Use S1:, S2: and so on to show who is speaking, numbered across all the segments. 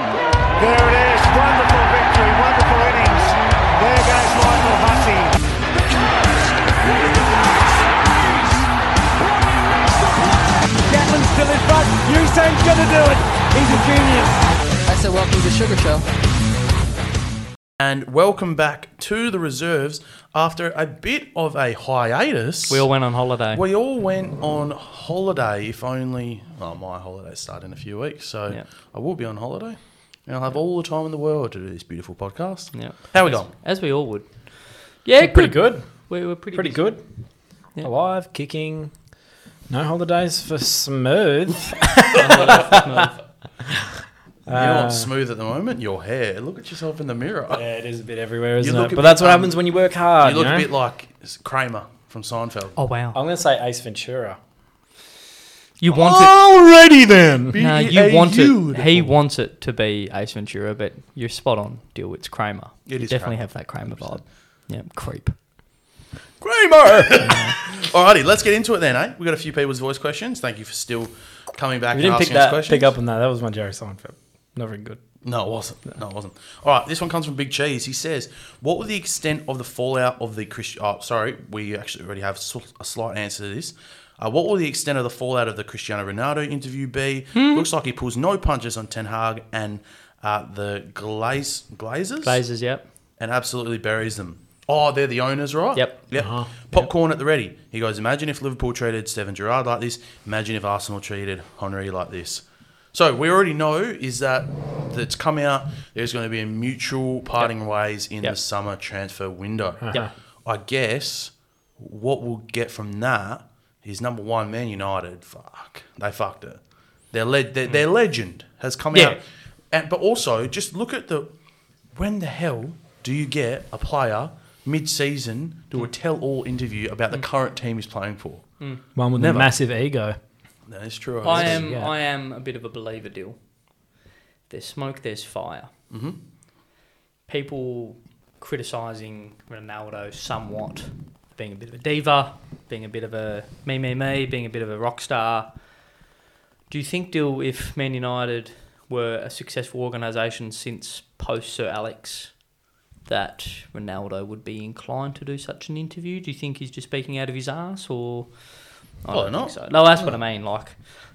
S1: There it is. Wonderful victory. Wonderful innings. There goes Lionel Huttie.
S2: Gatlin still in front. Usain's gonna do it. He's a genius.
S3: I said, welcome to the Sugar Show.
S4: And welcome back to the reserves after a bit of a hiatus.
S5: We all went on holiday.
S4: We all went on holiday, if only. Well, my holidays start in a few weeks, so
S5: Yeah.
S4: I will be on holiday. And I'll have all the time in the world to do this beautiful podcast.
S5: Yeah.
S4: How we going?
S5: As we all would. Yeah, good.
S2: Pretty good.
S5: We were pretty,
S2: Pretty
S5: busy.
S2: good.
S5: Yeah.
S2: Alive, kicking. No holidays for smooth.
S4: You're not smooth at the moment. Your hair. Look at yourself in the mirror.
S2: Uh, yeah, it is a bit everywhere, isn't
S4: look
S2: it?
S4: a
S2: But
S4: bit,
S2: that's what
S4: um,
S2: happens when you work hard.
S4: you look
S2: you
S4: a
S2: know?
S4: bit like Kramer from Seinfeld.
S5: Oh wow.
S2: I'm gonna say Ace Ventura.
S5: You want it.
S2: Alrighty then.
S5: No, you want it. He wants it to be Ace Ventura, but you're spot on. Deal. It's Kramer.
S4: It
S5: It
S4: is
S5: definitely
S4: Kramer,
S5: have that Kramer vibe. Yeah, creep. Oh,
S4: Kramer! Alrighty, let's get into it then, eh? we got a few people's voice questions. Thank you for still coming back
S2: We
S4: and
S2: didn't pick
S4: asking us
S2: that.
S4: questions.
S2: Pick up on that. That was my Jerry Seinfeld. Not very good.
S4: No, it wasn't. No, it wasn't. All right, this one comes from Big Cheese. He says, "What was the extent of the fallout of the Christian?" Oh, sorry, we actually already have sl- a slight answer to this. Uh, what will the extent of the fallout of the Cristiano Ronaldo interview be? Looks like he pulls no punches on Ten Hag and uh, the Glaze Glazers,
S5: Blazers. Yep.
S4: and absolutely buries them. Oh, they're the owners, right?
S5: Yep.
S4: Yep. Popcorn at the ready. He goes, imagine if Liverpool treated Steven Gerrard like this. Imagine if Arsenal treated Henri like this. So we already know is that that's come out. There's going to be a mutual parting ways in
S5: Yep.
S4: the summer transfer window.
S5: Yep.
S4: I guess what we'll get from that is number one, Man United. Fuck, they fucked it. Their led their, their legend has come
S5: Yeah.
S4: out, and but also just look at the when the hell do you get a player mid-season to a tell-all interview about
S5: Mm.
S4: the current team he's playing for?
S2: One with
S4: Never.
S2: a massive ego.
S4: That is true.
S5: I
S4: guess.
S5: am.
S2: Yeah.
S5: I am a bit of a believer. Deal. There's smoke. There's fire. Mm-hmm. People criticizing Ronaldo somewhat, being a bit of a diva, being a bit of a me me me, being a bit of a rock star. Do you think, Dill, if Man United were a successful organisation since post Sir Alex, that Ronaldo would be inclined to do such an interview? Do you think he's just speaking out of his ass, or I
S4: Probably
S5: don't
S4: not.
S5: think so. No, that's what I mean. Like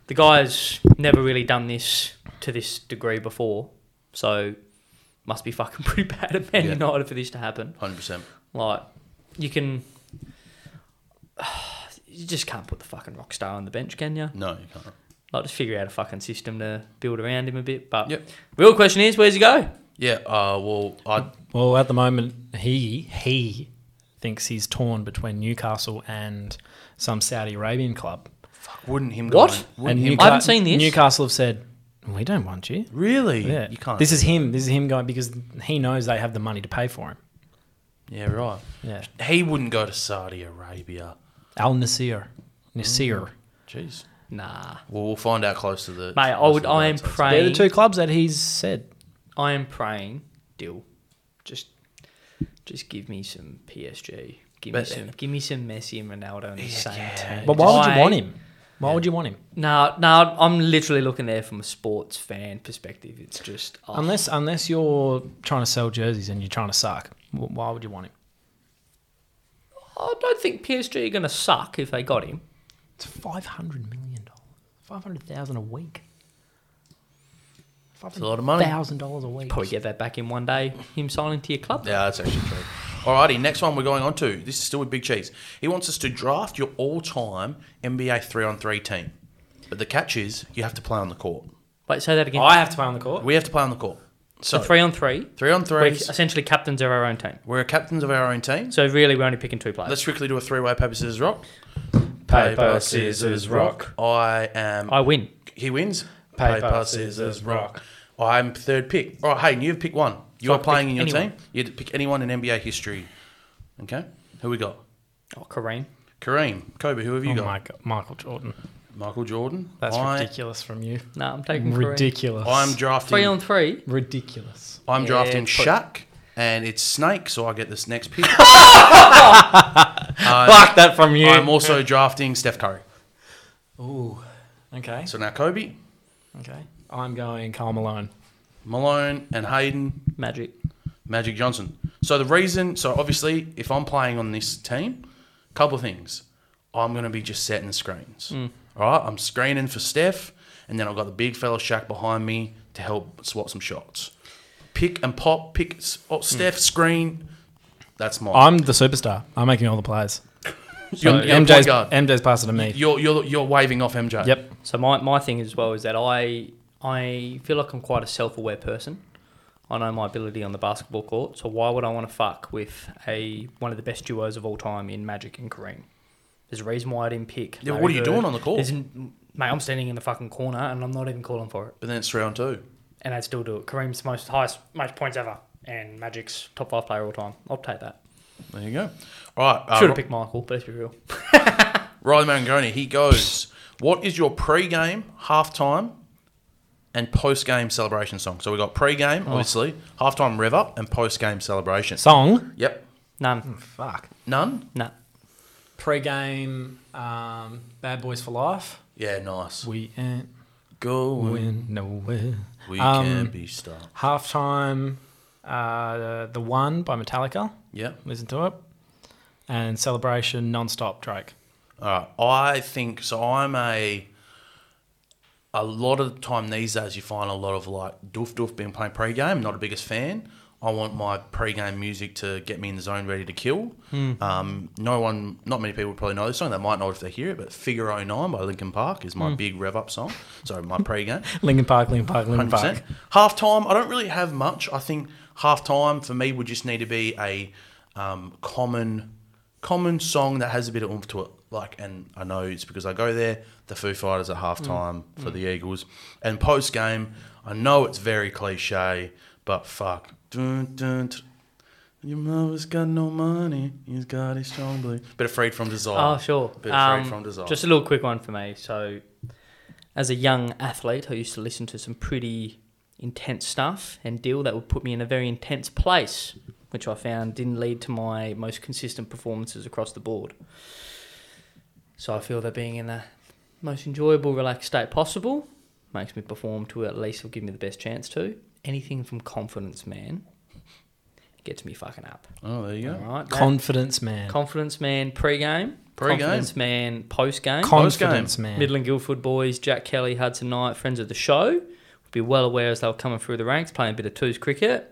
S5: the guy's never really done this to this degree before, so must be fucking pretty bad at Man
S4: Yeah.
S5: United for this to happen.
S4: hundred percent.
S5: Like, you can. You just can't put the fucking rock star on the bench, can you?
S4: No, you can't.
S5: Like, just figure out a fucking system to build around him a bit. But
S4: Yep.
S5: real question is, where's he go?
S4: Yeah. Uh, well, I
S2: Well, at the moment, he he thinks he's torn between Newcastle and some Saudi Arabian club.
S4: wouldn't him.
S5: What?
S4: Going, wouldn't
S2: and
S4: him?
S2: Newca-
S5: I haven't seen this.
S2: Newcastle have said we don't want you.
S4: really?
S2: Yeah,
S4: You can't.
S2: This is him. This is him going because he knows they have the money to pay for him.
S4: yeah, right.
S2: Yeah,
S4: He wouldn't go to Saudi Arabia.
S2: Al Nasir, Nasir.
S4: Jeez.
S5: Nah,
S4: Well, we'll find out close to the.
S5: mate. I
S4: close
S5: would.
S4: to the
S5: I am
S4: votes, I'd say.
S2: They're the
S5: praying.
S2: two clubs that he's said.
S5: I am praying. Dill, just, just give me some PSG. Give me
S4: But-
S5: some. Give me some Messi and Ronaldo in the same team.
S2: But why would you
S5: I-
S2: want him? Why would you want him?
S5: No, no, I'm literally looking there from a sports fan perspective. It's just oh,
S2: Unless unless you're trying to sell jerseys and you're trying to suck. wh- Why would you want him?
S5: I don't think PSG are going to suck if they got him.
S2: It's five hundred million dollars. Five hundred thousand a week.
S4: It's a lot of money.
S2: Thousand dollars a week.
S5: Probably get that back in one day. Him signing to your club.
S4: Yeah, that's actually true. Alrighty, next one we're going on to. This is still with Big Cheese. He wants us to draft your all-time NBA three-on-three team, but the catch is you have to play on the court.
S5: Wait, say that again.
S2: I have to play on the court.
S4: We have to play on the court. So
S5: So three on three. We're
S4: three-on-threes.
S5: essentially captains of our own team.
S4: We're captains of our own team.
S5: So really, we're only picking two players.
S4: Let's quickly do a three-way paper scissors rock.
S2: Paper, scissors, rock.
S4: I am.
S5: I win.
S4: He wins.
S2: Paper, scissors, rock.
S4: I'm third pick. All right, Hayden, you've picked one. You're
S5: I'll
S4: playing
S5: pick
S4: in your
S5: anyone.
S4: team. You had to pick anyone in NBA history. Okay, who we got?
S5: Oh, Kareem.
S4: Kareem, Kobe. Who have you
S2: Oh
S4: got?
S2: my God, Michael Jordan.
S4: Michael Jordan.
S2: That's
S4: I,
S2: ridiculous from you.
S5: No, I'm taking Kareem.
S2: Ridiculous.
S4: I'm drafting.
S5: Three on three.
S2: ridiculous.
S4: I'm
S5: Yeah,
S4: drafting
S5: put-
S4: Shaq, and it's Snake, so I get this next pick.
S2: Fuck that from you.
S4: I'm also drafting Steph Curry.
S2: Ooh. Okay.
S4: So now Kobe.
S2: Okay. I'm going Carl Malone.
S4: Malone and Hayden,
S5: Magic.
S4: Magic Johnson. So the reason, so obviously, if I'm playing on this team, couple of things. I'm going to be just setting screens.
S5: Mm.
S4: All right, I'm screening for Steph, and then I've got the big fella Shaq behind me to help swat some shots. Pick and pop, pick s- oh, Steph, screen. That's my.
S2: Mm. I'm the superstar. I'm making all the plays.
S4: you're, you're the point
S2: MJ's,
S4: guard.
S2: MJ's passing to me.
S4: You're, you're, you're waving off MJ.
S2: Yep.
S5: So my, my thing as well is that I I feel like I'm quite a self aware person. I know my ability on the basketball court, so why would I want to fuck with a one of the best duos of all time in Magic and Kareem? There's a reason why I didn't pick.
S4: Yeah,
S5: Larry
S4: what are you
S5: Bird.
S4: doing on the court?
S5: There's n- mate, I'm standing in the fucking corner and I'm not even calling for it,
S4: But then it's three on two.
S5: and I'd still do it. Kareem's most highest most points ever, and Magic's top five player all time. I'll take that.
S4: There you go. All right. Uh,
S5: Should have picked Michael, but let's be real.
S4: Riley Mangoni, he goes, What is your pre-game, halftime, and post-game celebration song? So we got pre-game,
S2: Oh.
S4: obviously, halftime rev up, and post-game celebration.
S2: Song.
S4: yep.
S5: None,
S2: Fuck.
S4: None?
S5: nah.
S2: Pre-game, um, Bad Boys for Life.
S4: Yeah, nice.
S2: We ain't
S4: Going.
S2: going nowhere.
S4: We
S2: Um,
S4: can be stopped.
S2: Halftime, uh, the one by Metallica.
S4: Yep.
S2: Listen to it. And celebration non-stop Drake.
S4: All right. I think so. I'm a. A lot of the time these days, you find a lot of like doof doof being playing pre-game. Not a biggest fan. I want my pre-game music to get me in the zone, ready to kill. Um, no one, not many people probably know this song. They might not if they hear it, but "Figure 09" by Linkin Park is my big rev up song. So my pre-game.
S2: Linkin Park, Linkin Park, Linkin
S4: Hundred
S2: Park.
S4: percent. Half time, I don't really have much. I think half time for me would just need to be a um, common, common song that has a bit of oomph to it. Like, and I know it's because I go there. The Foo Fighters at half time
S5: Mm.
S4: for the Eagles, and post game, I know it's very cliche, but fuck. Dun, dun, t- your mother's got no money. He's got his strong blue. Bit of freed from desire.
S5: Oh, sure.
S4: Bit
S5: Um,
S4: freed from desire.
S5: Just a little quick one for me. So, as a young athlete, I used to listen to some pretty intense stuff and deal that would put me in a very intense place, which I found didn't lead to my most consistent performances across the board. So I feel that being in the most enjoyable, relaxed state possible makes me perform to at least will give me the best chance to. Anything from confidence, man, gets me fucking up.
S4: oh, there you go.
S5: All right, that-
S2: Confidence man.
S5: Confidence man pre-game.
S4: Pre-game.
S5: Confidence man post-game.
S2: Confidence man.
S5: Middle and Guildford boys, Jack Kelly, Hudson Knight, friends of the show, would be well aware as they were coming through the ranks, playing a bit of twos cricket.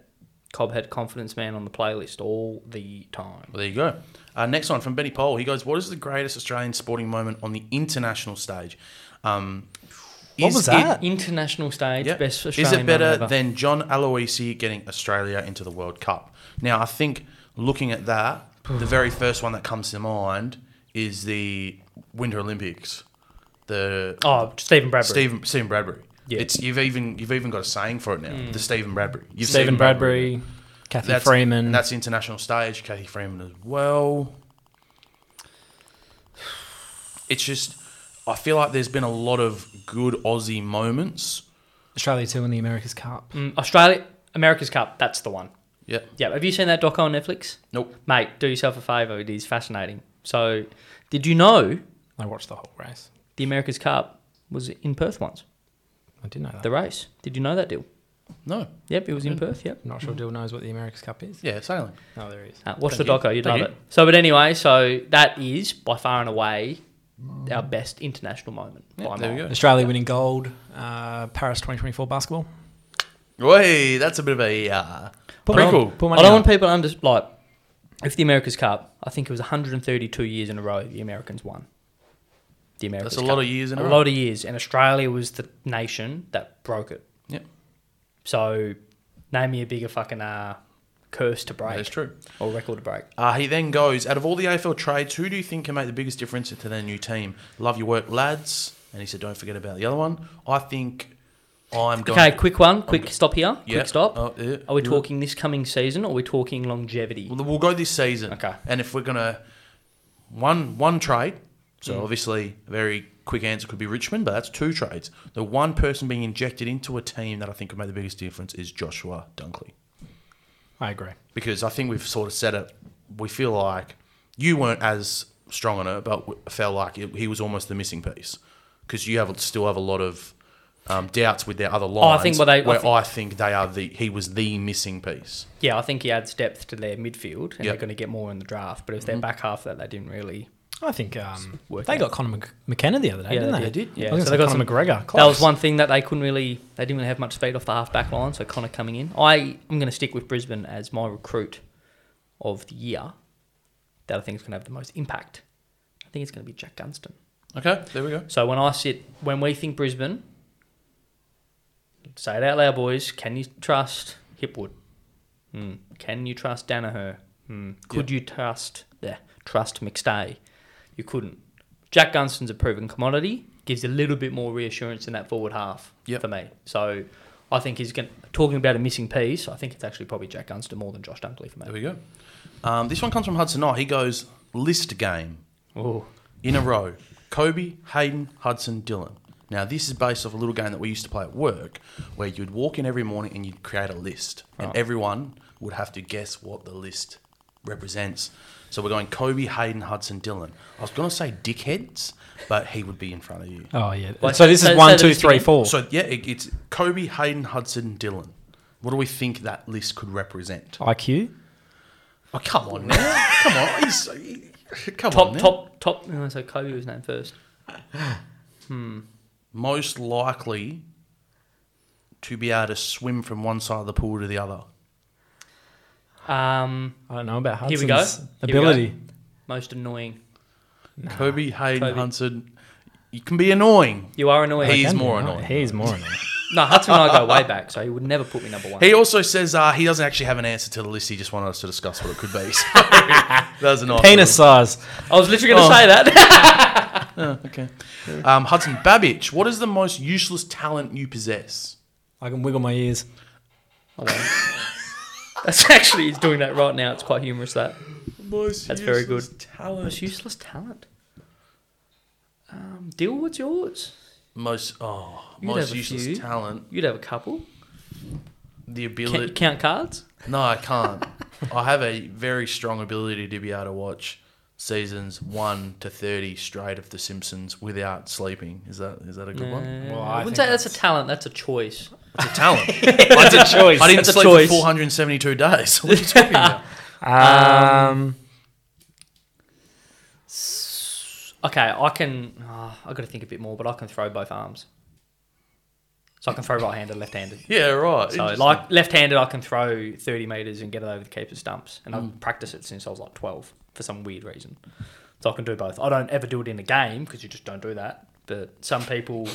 S5: Cobb had confidence man on the playlist all the time.
S4: Well, there you go. Uh, next one from Benny Pohl. He goes, "What is the greatest Australian sporting moment on the international stage?" Um,
S2: What
S4: is
S2: was
S4: it-
S2: that?
S5: International stage,
S4: yeah.
S5: best
S4: is
S5: Australian
S4: it better
S5: moment ever.
S4: than John Aloisi getting Australia into the World Cup? Now, I think looking at that, the very first one that comes to mind is the Winter Olympics. The
S5: Oh, Stephen Bradbury.
S4: Stephen Stephen Bradbury.
S5: Yeah. Hmm.
S4: It's you've even you've even got a saying for it now. The Stephen Bradbury. You've
S2: Stephen
S4: seen
S2: Bradbury, Kathy
S4: That's,
S2: Freeman.
S4: That's the international stage. Katie Freeman as well. It's just, I feel like there's been a lot of good Aussie moments.
S2: Australia two in the America's Cup.
S5: Mm, Australia, America's Cup, that's the one.
S4: Yep.
S5: Yeah, have you seen that doco on Netflix?
S4: Nope.
S5: Mate, do yourself a favour. It is fascinating. So, did you know
S2: I watched the whole race.
S5: the America's Cup was in Perth once?
S2: I didn't know that.
S5: The race. Did you know that deal?
S4: No.
S5: Yep, it was in Perth. Yep.
S2: Not sure Dill knows what the America's Cup is.
S4: Yeah, sailing.
S2: No, there he is.
S5: Uh, watch
S4: Thank
S5: the
S4: you.
S5: doco, you'd
S4: Thank
S5: love
S4: you.
S5: it. So, but anyway, so that is by far and away our best international moment. by
S4: there we
S5: mile.
S4: go.
S2: Australia winning gold, uh, Paris 2024 basketball.
S4: Wait, that's a bit of a uh,
S2: Put
S4: prequel.
S2: my- put my
S5: I don't
S2: down.
S5: want people to under like if the America's Cup. I think it was 132 years in a row the Americans won. The Americans.
S4: That's a lot of years in a row.
S5: lot of years, and Australia was the nation that broke it.
S4: Yep,
S5: So, name me a bigger fucking uh, curse to break.
S4: that is true.
S5: Or record to break.
S4: Uh, he then goes, out of all the AFL trades, who do you think can make the biggest difference to their new team? Love your work, lads. And he said, don't forget about the other one. I think I'm going.
S5: Okay, quick one, quick stop here,
S4: Yeah.
S5: quick stop.
S4: Oh, yeah.
S5: Are we
S4: Yeah.
S5: talking this coming season or are we talking longevity?
S4: Well, we'll go this season.
S5: Okay.
S4: And if we're gonna one one trade, so
S5: Mm.
S4: obviously a very quick answer could be Richmond, but that's two trades. The one person being injected into a team that I think could make the biggest difference is Joshua Dunkley,
S2: I agree.
S4: because I think we've sort of said it. We feel like you weren't as strong on it, but we felt like it, he was almost the missing piece because you have still have a lot of um, doubts with their other lines.
S5: Oh, I think what they- I
S4: where
S5: think-
S4: I think they are the he was the missing piece.
S5: Yeah, I think he adds depth to their midfield, and they're
S4: Yep.
S5: going to get more in the draft. But it was
S4: Mm-hmm.
S5: their back half that they didn't really.
S2: I think um,
S5: work
S2: they
S5: out.
S2: got Conor Mc- McKenna the other day,
S5: Yeah,
S2: didn't
S5: they
S2: they?
S5: did. Yeah,
S2: I was
S5: so
S2: gonna
S5: they
S2: say
S5: got
S2: Conor
S5: some-
S2: McGregor.
S5: That
S2: Close.
S5: was one thing that they couldn't really. They didn't really have much speed off the half back line. So Connor coming in, I am going to stick with Brisbane as my recruit of the year. That I think is going to have the most impact. I think it's going to be Jack Gunston.
S4: Okay, there we go.
S5: So when I sit, when we think Brisbane, say it out loud, boys. Can you trust Hipwood? Hmm. Can you trust Danaher? Hmm. Could you trust yeah, trust McStay? You couldn't. Jack Gunston's a proven commodity. Gives a little bit more reassurance in that forward half
S4: Yep.
S5: for me. So I think he's going talking about a missing piece. I think it's actually probably Jack Gunston more than Josh Dunkley for
S4: There
S5: me.
S4: we go. Um, this one comes from Hudson. I. He goes list game
S5: Oh,
S4: in a row. Kobe, Hayden, Hudson, Dylan. Now this is based off a little game that we used to play at work, where you'd walk in every morning and you'd create a list, and everyone would have to guess what the list represents. So we're going Kobe, Hayden, Hudson, Dylan. I was gonna say dickheads, but he would be in front of you.
S2: Oh yeah.
S5: Well,
S2: so this
S5: so-
S2: is one,
S5: so
S2: two,
S5: this
S2: three,
S5: again-
S2: four.
S4: So yeah, it, it's Kobe, Hayden, Hudson, Dylan. What do we think that list could represent?
S2: IQ.
S4: Oh, come on now, come on, he's, he- come on
S5: top,
S4: now.
S5: top, top. oh, So Kobe was named first.
S4: Most likely to be able to swim from one side of the pool to the other.
S5: Um,
S2: I don't know about
S5: Here
S2: Hudson's
S5: we go. Here we go.
S2: ability.
S5: most annoying.
S4: Kobe, Hayden,
S5: Kobe.
S4: Hudson. You can be annoying.
S5: You are annoying.
S4: He's
S2: Can be,
S4: more
S2: right?
S4: annoying.
S2: He's more annoying.
S5: No, Hudson and I go way back, so he would never put me number one.
S4: He also says uh, he doesn't actually have an answer to the list. He just wanted us to discuss what it could be. So that was a nice
S2: Penis size.
S5: I was literally
S2: Oh.
S5: going to say that.
S4: Okay. Um, Hudson Babich, what is the most useless talent you possess?
S2: I can wiggle my ears.
S5: That's actually he's doing that right now. It's quite humorous. That
S4: Most
S5: That's very
S4: useless
S5: good. most
S4: Talent.
S5: useless talent. Um, Dill, what's yours?
S4: Most oh,
S5: You'd
S4: most
S5: have a
S4: useless
S5: few.
S4: talent.
S5: You'd have a couple.
S4: The
S5: Can you
S4: ability.
S5: count cards?
S4: No, I can't. I have a very strong ability to be able to watch seasons one to thirty straight of The Simpsons without sleeping. Is that is that a good one?
S5: Uh,
S2: Well, I
S5: I, wouldn't
S2: think
S5: say that's, a talent. That's a choice.
S4: It's a talent. I didn't,
S2: choice.
S4: I didn't
S5: That's a
S4: sleep for
S5: choice.
S4: four hundred and seventy-two days. What are you talking about?
S2: Um,
S5: Okay, I can. ah, I got to think a bit more, but I can throw both arms. So I can throw right-handed, left-handed.
S4: Yeah, right.
S5: So
S4: Interesting.
S5: like left-handed, I can throw 30 metres and get it over the keeper's stumps. And I've practiced it since I was like 12 for some weird reason. So I can do both. I don't ever do it in a game because you just don't do that. But some people,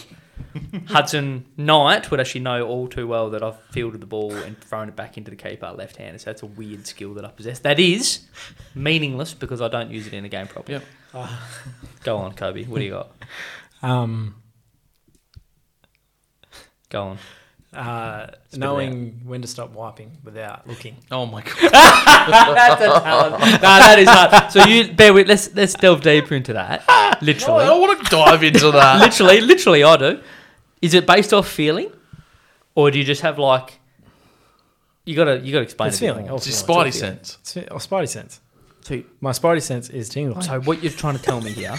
S5: Hudson Knight would actually know all too well that I've fielded the ball and thrown it back into the keeper left-handed. So that's a weird skill that I possess. That is meaningless because I don't use it in a game properly.
S4: Yep.
S5: Go on, Kobe. What do you got?
S2: um,
S5: Go on.
S2: uh, knowing when to stop wiping without looking.
S4: oh my god.
S5: That's a talent. no, that is hard. So you bear with. Let's let's delve deeper into that.
S4: Oh, I
S5: Literally,
S4: don't want to dive into that.
S5: literally, literally, I do. Is it based off feeling, or do you just have like? You gotta you gotta explain
S2: It's
S5: it a bit
S2: feeling.
S5: more.
S4: It's just spidey
S2: It's
S4: sense.
S2: fe- oh, Spidey sense.
S5: So,
S2: My spidey sense is tingling.
S5: so what you're trying to tell me here?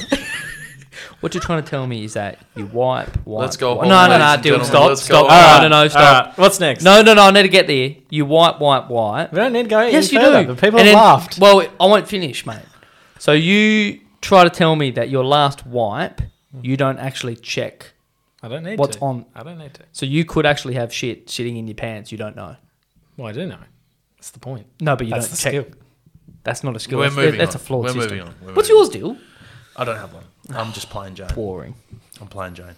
S5: what you're trying to tell me is that you wipe. wipe
S4: Let's go
S5: Wipe.
S4: home,
S5: No, no,
S4: ladies
S5: no,
S4: and
S5: dude,
S4: gentlemen,
S5: stop,
S4: let's go
S5: stop.
S4: home.
S5: No, no, no,
S2: All
S5: stop.
S2: right, uh, what's next?
S5: No, no, no. I need to get there. You wipe, wipe, wipe.
S2: We don't need to go.
S5: Yes,
S2: any
S5: you
S2: further.
S5: do.
S2: The people
S5: And
S2: have
S5: then-
S2: laughed.
S5: Well, I won't finish, mate. So you try to tell me that your last wipe, you don't actually check.
S2: I don't need
S5: what's
S2: to.
S5: on?
S2: I don't need to.
S5: So you could actually have shit sitting in your pants. You don't know.
S2: Well, I do know. That's the point.
S5: No, but you
S2: That's the
S5: don't check.
S2: skill.
S5: That's not a skill.
S4: We're
S5: that's
S4: moving
S5: that's
S4: on.
S5: a flawed
S4: We're
S5: system.
S4: moving on. We're
S5: What's
S4: moving
S5: yours, deal?
S4: I don't have one. I'm just playing Jane.
S5: Boring.
S4: I'm playing Jane.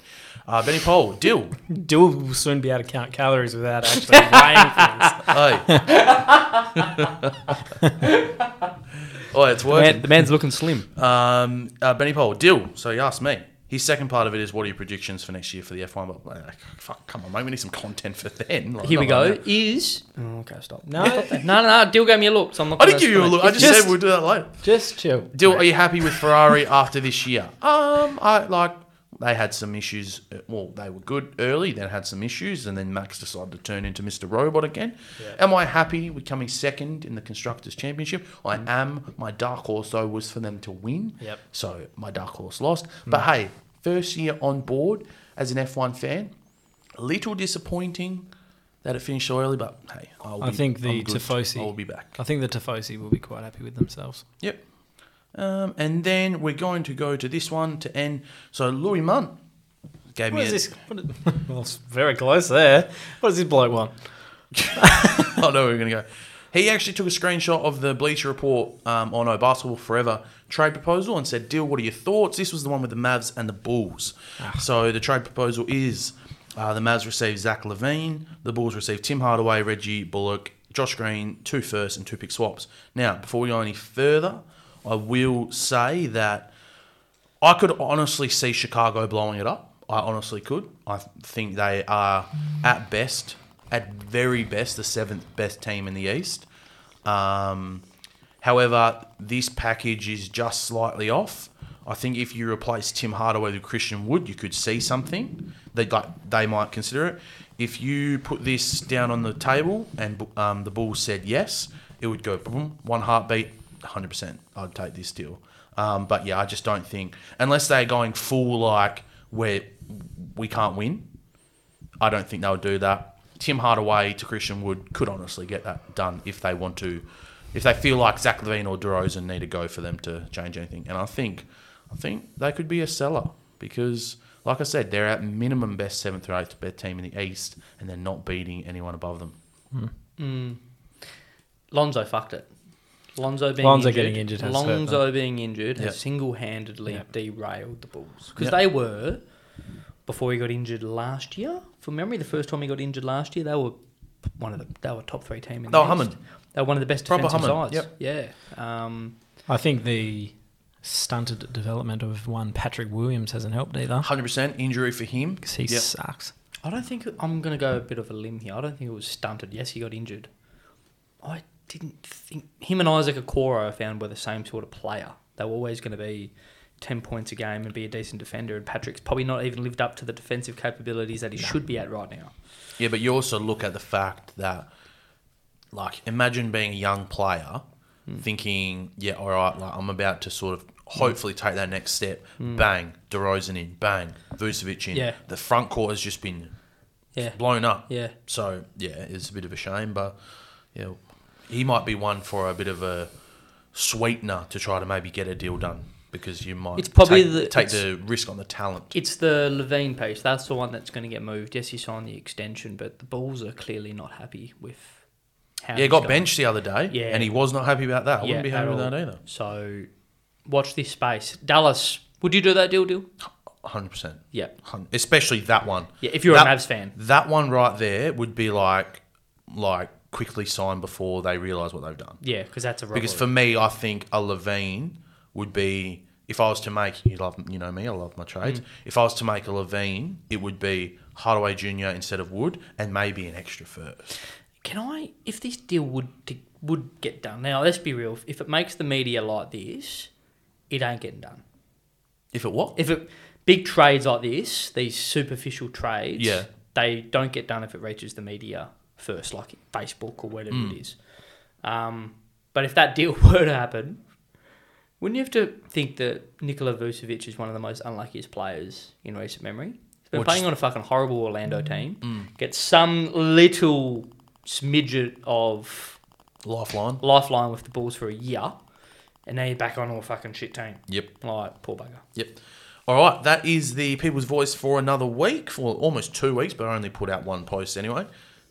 S4: Uh, Benny Pole, Dill.
S2: Do will soon be able to count calories without actually weighing things.
S4: Hey. oh, it's
S5: Man,
S4: working.
S5: the man's looking slim.
S4: Um, uh, Benny Pole, Dill. So you asked me. His second part of it is, what are your predictions for next year for the F1? But like, fuck, come on, mate, we need some content for then. Like,
S5: Here we
S4: not right
S5: go.
S4: now.
S5: Is oh, okay, stop.
S2: No.
S5: Stop that. no, no, no. Dill gave me a look, so I'm not.
S4: I
S5: gonna
S4: didn't give you a
S5: explain.
S4: look. I just,
S2: just-
S4: said we'll do that later.
S2: Just chill.
S4: Dill, are you happy with Ferrari after this year? Um, I like they had some issues. uh, Well, they were good early, then had some issues, and then Max decided to turn into Mr. Robot again. Am I happy with coming second in the constructors' championship? I am. My dark horse though was for them to win.
S2: Mm. Yep. Mm.
S4: So my dark horse lost. But hey, first year on board as an F1 fan, A little disappointing that it finished so early, but hey, I'll
S2: I
S4: be,
S2: think the
S4: I'm good.
S2: Tifosi-
S4: I'll be back.
S2: I think the Tifosi will be quite happy with themselves.
S4: Yep. Um, and then we're going to go to this one to end. So Louis Munt gave me
S2: What is
S4: a,
S2: this? What is, well, it's very close there. What does this bloke want?
S4: oh no, we we're gonna go. He actually took a screenshot of the Bleacher Report um, on our Basketball Forever trade proposal and said, "Deal, what are your thoughts?" This was the one with the Mavs and the Bulls.
S2: Ah.
S4: So the trade proposal is: uh, the Mavs receive Zach Levine, the Bulls receive Tim Hardaway, Reggie Bullock, Josh Green, two firsts and two pick swaps. Now, before we go any further, I will say that I could honestly see Chicago blowing it up. I honestly could. I think they are at best, at very best, the seventh best team in the East. Um, however, this package is just slightly off. I think if you replace Tim Hardaway with Christian Wood, you could see something. They like they might consider it. If you put this down on the table and um, the Bulls said yes, it would go boom, one heartbeat, hundred percent. I'd take this deal. Um, but yeah, I just don't think unless they're going full like where we can't win, I don't think they'll do that. Tim Hardaway to Christian Wood could honestly get that done if they want to, if they feel like Zach Levine or DeRozan need to go for them to change anything. And I think, I think they could be a seller because, like I said, they're at minimum best seventh or eighth best team in the East, and they're not beating anyone above them.
S5: Lonzo fucked it. Lonzo being
S2: Lonzo
S5: injured,
S2: getting injured has hurt them.
S5: Lonzo being injured
S4: Yep.
S5: has single-handedly
S2: Yep.
S5: derailed the Bulls because
S4: Yep.
S5: they were before he got injured last year. From memory, the first time he got injured last year, they were one of the they were top three team in
S4: They
S5: the
S4: were humming.
S5: East. They were one of the best
S4: Proper
S5: defensive
S4: humming.
S5: sides. Yeah. Um,
S2: I think the stunted development of one Patrick Williams hasn't helped either
S4: Hundred percent injury for him
S2: because he
S4: Yep.
S2: sucks.
S5: I don't think I'm going to go a bit of a limb here. I don't think it was stunted. Yes, he got injured. I didn't think him and Isaac Okoro I found were the same sort of player. They were always going to be ten points a game and be a decent defender. And Patrick's probably not even lived up to the defensive capabilities that he should be at right now.
S4: Yeah, but you also look at the fact that, like, imagine being a young player
S5: Hmm.
S4: thinking, yeah, all right, like, I'm about to sort of hopefully take that next step. Bang, DeRozan in, bang, Vucevic in.
S5: Hmm. Yeah.
S4: The front court has just been
S5: Yeah,
S4: blown up.
S5: yeah.
S4: So, yeah, it's a bit of a shame, but, yeah, he might be one for a bit of a sweetener to try to maybe get a deal done because you might
S5: It's probably
S4: take,
S5: the-
S4: take
S5: it's-
S4: the risk on the talent.
S5: It's the Levine piece. That's the one that's going to get moved. Yes, he signed the extension, but the Bulls are clearly not happy with how.
S4: Yeah, he
S5: he's
S4: got
S5: going.
S4: benched the other day,
S5: Yeah.
S4: and he was not happy about that. I wouldn't be
S5: at
S4: happy with
S5: all.
S4: that either.
S5: So, watch this space. Dallas, would you do that deal, deal?
S4: Hundred percent.
S5: Yeah.
S4: Hun- especially that one.
S5: Yeah, if you're
S4: that,
S5: a Mavs fan.
S4: that one right there would be like, like quickly signed before they realize what they've done.
S5: Yeah, because that's a rivalry.
S4: Because for me, I think a Levine would be if I was to make you love you know me, I love my
S5: Mm.
S4: trades. If I was to make a Levine, it would be Hardaway Junior instead of Wood, and maybe an extra first.
S5: can I, if this deal would to, would get done now, let's be real. If it makes the media like this, it ain't getting done.
S4: If it what?
S5: If it big trades like this, these superficial trades,
S4: Yeah.
S5: they don't get done if it reaches the media first, like Facebook or whatever
S4: Hmm.
S5: it is. Um, but if that deal were to happen, wouldn't you have to think that Nikola Vucevic is one of the most unluckiest players in recent memory? He's been
S4: Or
S5: playing
S4: just- Hmm.
S5: on a fucking horrible Orlando team. Gets some little smidget of
S4: Lifeline.
S5: lifeline with the Bulls for a year, and now you're back on all fucking shit team.
S4: Yep.
S5: Like poor bugger.
S4: Yep. All right, that is the people's voice for another week, for almost two weeks, but I only put out one post anyway.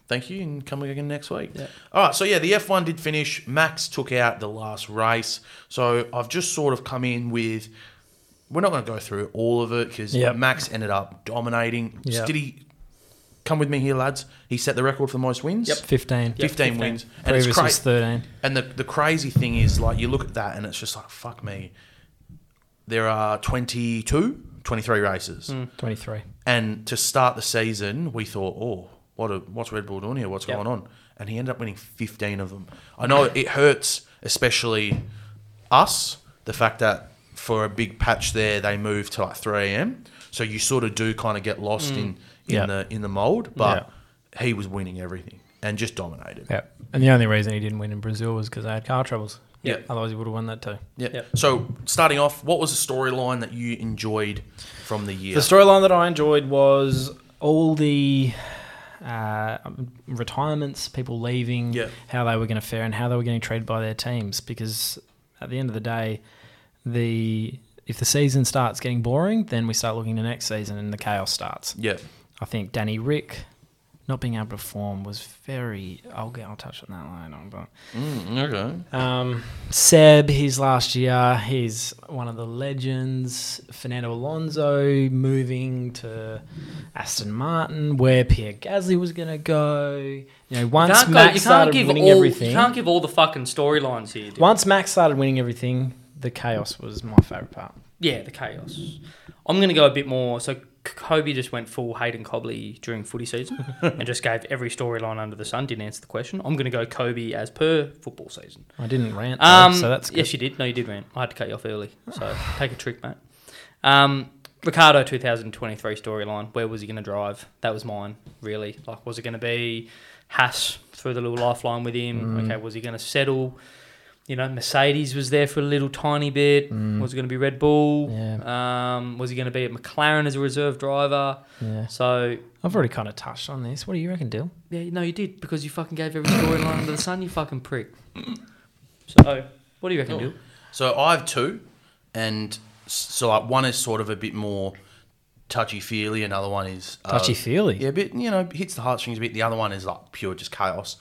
S4: Thank you, and come again next week. All right, so yeah, the F1 did finish. Max took out the last race, so I've just sort of come in with. We're not going to go through all of it because
S2: Yep.
S4: Max ended up dominating.
S2: Yep.
S4: Did he come with me here, lads? He set the record for the most wins.
S2: Fifteen.
S4: 15,
S5: 15.
S4: wins. And it's
S2: Previous
S4: cra-
S2: was thirteen.
S4: and the, the crazy thing is, like, you look at that and it's just like, fuck me. There are 22, 23 races.
S2: Twenty-three.
S4: And to start the season, we thought, oh, what a, what's Red Bull doing here? What's
S5: Yep.
S4: going on? And he ended up winning 15 of them. I know it hurts, especially us, the fact that for a big patch there, they moved to like 3 a.m. So you sort of do kind of get lost in, in,
S2: Yep.
S4: the, in the mold, but he was winning everything and just dominated.
S2: Yeah. And the only reason he didn't win in Brazil was because they had car troubles.
S4: Yeah.
S2: Otherwise, he would have won that too.
S4: Yeah.
S5: Yep.
S4: So starting off, what was the storyline that you enjoyed from the year?
S2: The storyline that I enjoyed was all the uh, retirements, people leaving,
S4: Yeah.
S2: how they were going to fare, and how they were getting treated by their teams. Because at the end of the day, the if the season starts getting boring, then we start looking to next season, and the chaos starts.
S4: Yeah.
S2: I think Danny Rick not being able to perform was very. I'll get. I'll touch on that later on, but.
S4: okay.
S2: Um, Seb, his last year, he's one of the legends. Fernando Alonso moving to Aston Martin, where Pierre Gasly was going to go. You know, once
S5: can't go-
S2: Max
S5: you can't
S2: started
S5: give
S2: winning
S5: all.
S2: everything,
S5: You can't give all the fucking storylines here. Dude.
S2: once Max started winning everything, the chaos was my favorite part.
S5: Yeah, the chaos. I'm gonna go a bit more. So Kobe just went full Hayden Cobley during footy season and just gave every storyline under the sun. Didn't answer the question. I'm gonna go Kobe as per football season.
S2: I didn't rant, though,
S5: Um,
S2: so that's good.
S5: yes, you did. No, you did rant. I had to cut you off early, so take a trick, mate. Um, Ricardo 2023 storyline. Where was he going to drive? That was mine, really. Like, was it going to be Haas through the little lifeline with him?
S2: Mm.
S5: Okay, was he going to settle? You know, Mercedes was there for a little tiny bit. Was it going to be Red Bull?
S2: Mm. Yeah.
S5: Um, was he going to be at McLaren as a reserve driver?
S2: Yeah.
S5: So
S2: I've already kind of touched on this. What do you reckon, Dill?
S5: yeah, no, you did because you fucking gave every storyline under the sun. You fucking prick. So, what do you reckon, Bill?
S4: So I have two, and s- so like one is sort of a bit more touchy feely. Another one is uh,
S2: Touchy feely.
S4: Yeah, a bit you know hits the heartstrings a bit. The other one is like pure just chaos.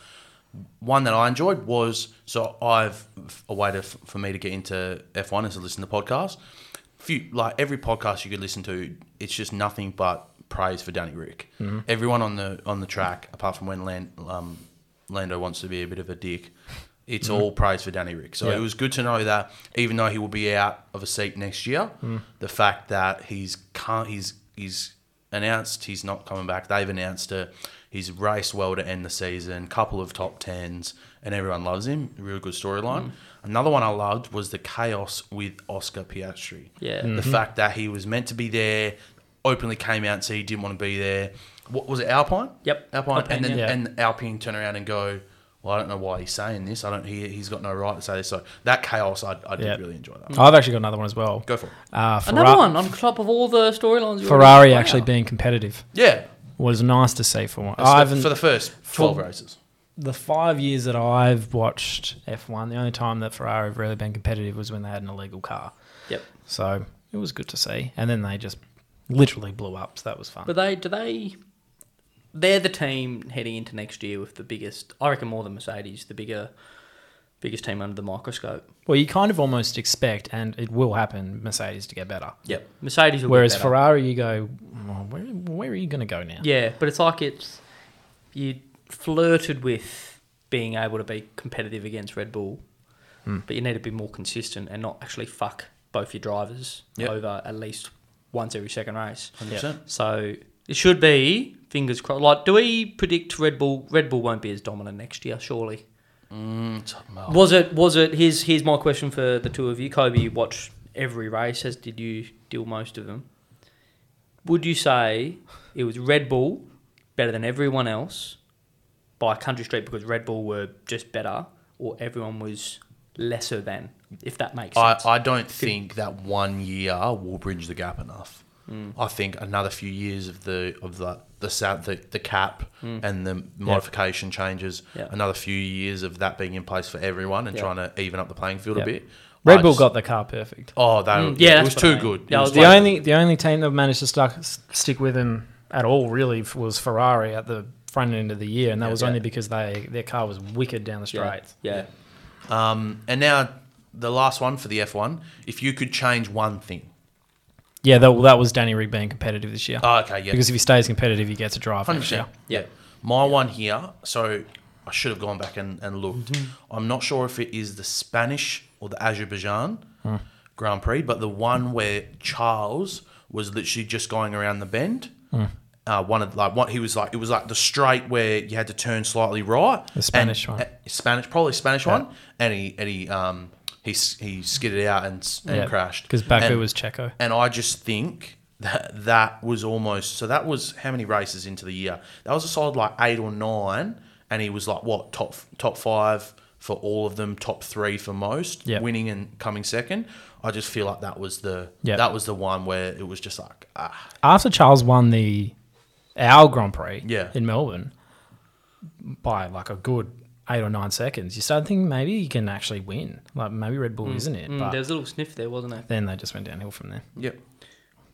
S4: One that I enjoyed was so I've a way to f- for me to get into F one is to listen to podcasts. Few like every podcast you could listen to, it's just nothing but praise for Danny Rick. Everyone on the on the track, apart from when Land, um, Lando wants to be a bit of a dick, it's all praise for Danny Rick. So
S2: Yeah.
S4: it was good to know that even though he will be out of a seat next year, the fact that he's can't he's he's announced he's not coming back. They've announced it. He's raced well to end the season, couple of top tens, and everyone loves him. Real good
S5: Mm.
S4: storyline. Another one I loved was the chaos with Oscar Piastri.
S5: Yeah.
S4: The
S2: Mm-hmm.
S4: fact that he was meant to be there, openly came out and said he didn't want to be there. What was it, Alpine?
S5: Yep.
S4: Alpine.
S5: Alpine,
S4: and then
S2: yeah.
S4: and Alpine turn around and go, Well, I don't know why he's saying this. I don't he he's got no right to say this. So that chaos I, I did
S2: Yeah. Mm.
S4: really enjoy that.
S2: I've actually got another one as well.
S4: Go for it.
S2: Uh,
S5: Another
S2: Ferra-
S5: one on top of all the storylines. we already-
S2: Ferrari
S5: Wow.
S2: actually being competitive
S4: Yeah.
S2: was nice to see for one.
S4: That's
S2: I
S4: the-
S2: haven't
S4: for the first twelve
S2: for-
S4: races.
S2: the five years that I've watched F1, the only time that Ferrari have really been competitive was when they had an illegal car.
S5: Yep.
S2: So it was good to see. And then they just literally blew up. So that was fun.
S5: But they do they they're the team heading into next year with the biggest I reckon more than Mercedes, the bigger biggest team under the microscope.
S2: well, you kind of almost expect, and it will happen, Mercedes to get better.
S4: Yep.
S5: Mercedes will be
S2: Whereas
S5: better.
S2: Ferrari, you go, "Oh, where, where are you going to go now?
S5: Yeah, but it's like it's you flirted with being able to be competitive against Red Bull. But you need to be more consistent and not actually fuck both your drivers
S4: Yep.
S5: over at least once every second race.
S4: 100%.
S5: So it should be fingers crossed. Like, do we predict Red Bull? Red Bull won't be as dominant next year, surely. Was it? Was it? Here's here's my question for the two of you, Kobe. You watched every race, as did you deal most of them. Would you say it was Red Bull better than everyone else by Country Street because Red Bull were just better, or everyone was lesser than? If that makes
S4: I,
S5: sense.
S4: I don't think that one year will bridge the gap enough.
S5: Mm.
S4: I think another few years of the of the the sa- the, the cap and the modification
S5: Mm.
S4: changes,
S5: Yeah.
S4: another few years of that being in place for everyone and
S5: Yeah.
S4: trying to even up the playing field
S2: Yeah.
S4: a bit.
S2: Red
S4: I
S2: Bull
S4: just-
S2: got the car perfect.
S4: oh they
S5: Mm, yeah,
S4: yeah, it
S5: that's
S4: was
S5: what
S4: too
S5: I mean.
S4: good.
S5: Yeah, I
S4: it
S5: was
S4: was
S2: The
S5: like-
S4: way-
S2: only the only team that managed to stuck, stick with him at all really f- was Ferrari at the front end of the year, and that was
S5: Yeah.
S2: only because they their car was wicked down the
S5: yeah,
S2: straight.
S5: yeah.
S4: um, and now the last one for the F one. If you could change one thing,
S2: Yeah, that, well, that was Danny Rigg being competitive this year.
S4: oh, okay, yeah,
S2: Because if he stays competitive, he gets a drive
S4: Hundred
S2: next year.
S4: percent. Yeah. My one here, so I should have gone back and, and looked.
S2: Mm-hmm.
S4: I'm not sure if it is the Spanish or the Azerbaijan
S2: Hmm.
S4: Grand Prix, but the one where Charles was literally just going around the bend.
S2: Hmm.
S4: Uh, one of like what he was like it was like the straight where you had to turn slightly right.
S2: The Spanish
S4: and-
S2: one.
S4: uh, Spanish, probably Spanish one, and he and he um he s- he skidded out and s- and crashed
S2: Because Baku
S4: And-
S2: was Checo.
S4: and I just think that that was almost so that was how many races into the year? That was a solid like eight or nine, and he was like what top top five for all of them, top three for most,
S2: Yeah.
S4: winning and coming second. I just feel like that was the
S2: Yeah.
S4: that was the one where it was just like ah
S2: After Charles won the our Grand Prix
S4: Yeah.
S2: in Melbourne by like a good eight or nine seconds, you start thinking maybe you can actually win. Like maybe Red
S4: Hmm.
S2: Bull isn't it?
S5: Mm,
S2: but
S5: there was a little sniff there, wasn't there?
S2: then they just went downhill from there.
S4: Yep.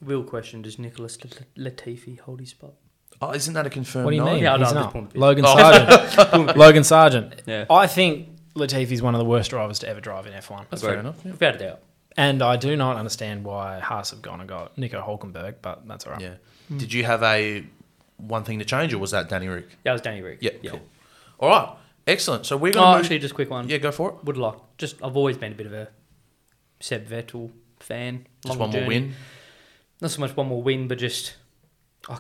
S5: Real question: Does Nicholas Latifi hold his spot?
S4: Oh, isn't that a confirmed
S2: What do you
S4: no? Oh.
S2: mean?
S5: Yeah, I know,
S2: He's
S5: I'm just
S2: not.
S5: pulling the piss.
S2: Logan Sargent. Logan Sargent.
S5: Yeah.
S2: I think Latifi's one of the worst drivers to ever drive in F1.
S4: That's fair enough. Yeah.
S5: Without a doubt.
S2: And I do not understand why Haas have gone and got Nico Hulkenberg, but that's all right.
S4: yeah. Did you have a one thing to change, or was that Danny Rick?
S5: That was Danny Rick.
S4: Yeah, cool. All right, excellent. So we're
S5: Oh,
S4: going to
S5: actually, just a quick one.
S4: yeah, go for it.
S5: Would like just I've always been a bit of a Seb Vettel fan.
S4: Just
S5: Long
S4: one more
S5: journey.
S4: win.
S5: Not so much one more win, but just I,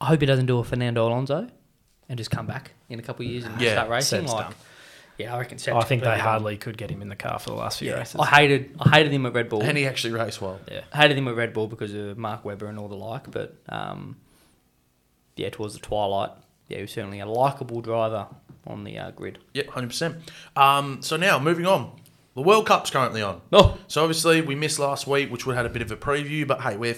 S5: I hope he doesn't do a Fernando Alonso and just come back in a couple of years and
S4: Yeah,
S5: start racing.
S2: Seb's
S5: like,
S2: done.
S5: yeah, I reckon. Seb's
S2: Oh, I think they
S5: completely done.
S2: hardly could get him in the car for the last few
S5: Yeah,
S2: races.
S5: I hated I hated him at Red Bull.
S4: And he actually raced well.
S2: yeah.
S5: hated him at Red Bull because of Mark Webber and all the like, but um, yeah, towards the twilight, yeah, he was certainly a likable driver on the uh, grid.
S4: Yep, hundred percent. Um, so now moving on, the World Cup's currently on.
S5: Oh.
S4: so obviously we missed last week, which we had a bit of a preview. But hey, we're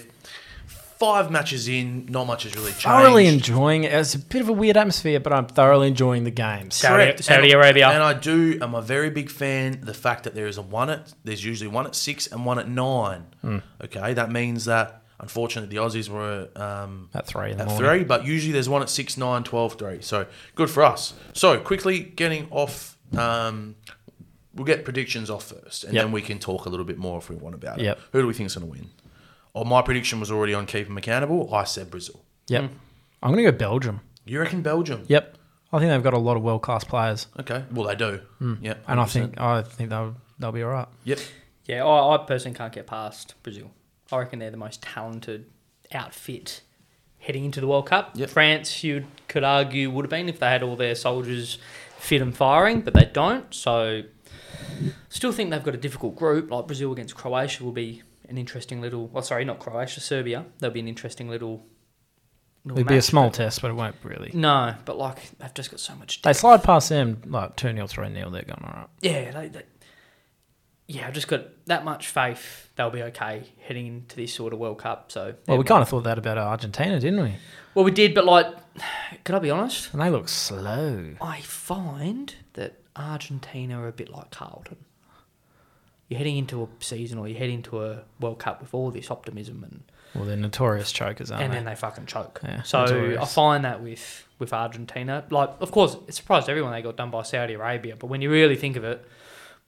S4: five matches in. Not much has really changed.
S2: Thoroughly enjoying it. It's a bit of a weird atmosphere, but I'm thoroughly enjoying the game.
S5: Saudi-
S4: Correct.
S5: Saudi
S4: And I-
S5: Arabia.
S4: And I do. I'm a very big fan. The fact that there is a one at there's usually one at six and one at nine.
S5: Hmm.
S4: Okay, that means that unfortunately the Aussies were um,
S2: At three in the
S4: at
S2: morning.
S4: three, but usually there's one at six, nine, 12, three. So good for us. So quickly getting off. Um, we'll get predictions off first, and
S2: Yep.
S4: then we can talk a little bit more if we want about it.
S2: Yep.
S4: Who do we think's going to win? Oh, my prediction was already on keeping them accountable. I said Brazil.
S2: Yep. I'm going to go Belgium.
S4: You reckon Belgium?
S2: Yep. I think they've got a lot of world class players,
S4: Okay. Well, they do. Yep.
S2: Hmm. and I
S4: 100%.
S2: think I think they'll they'll be all right.
S4: Yep.
S5: Yeah, I, I personally can't get past Brazil. I reckon they're the most talented outfit heading into the World Cup.
S4: Yep.
S5: France, you could argue, would have been if they had all their soldiers fit and firing, but they don't. So, still think they've got a difficult group. Like Brazil against Croatia will be an interesting little. Well, sorry, not Croatia, Serbia. They'll be an interesting little. little
S2: It'd be a
S5: match,
S2: small test, but it won't really.
S5: but- No, but like they've just got so much.
S2: They slide past them like two 0 three 0 They're going all right.
S5: yeah, they, they, yeah, I've just got that much faith they'll be okay heading into this sort of World Cup. So
S2: Well, we kind of thought that about Argentina, didn't we?
S5: well, we did, but like, could I be honest?
S2: And they look slow.
S5: I find that Argentina are a bit like Carlton. You're heading into a season, or you're heading to a World Cup with all this optimism, and
S2: Well, they're notorious chokers, aren't
S5: and
S2: they?
S5: then they fucking choke.
S2: Oh, Yeah,
S5: so
S2: notorious.
S5: I find that with with Argentina, like of course it surprised everyone they got done by Saudi Arabia, but when you really think of it,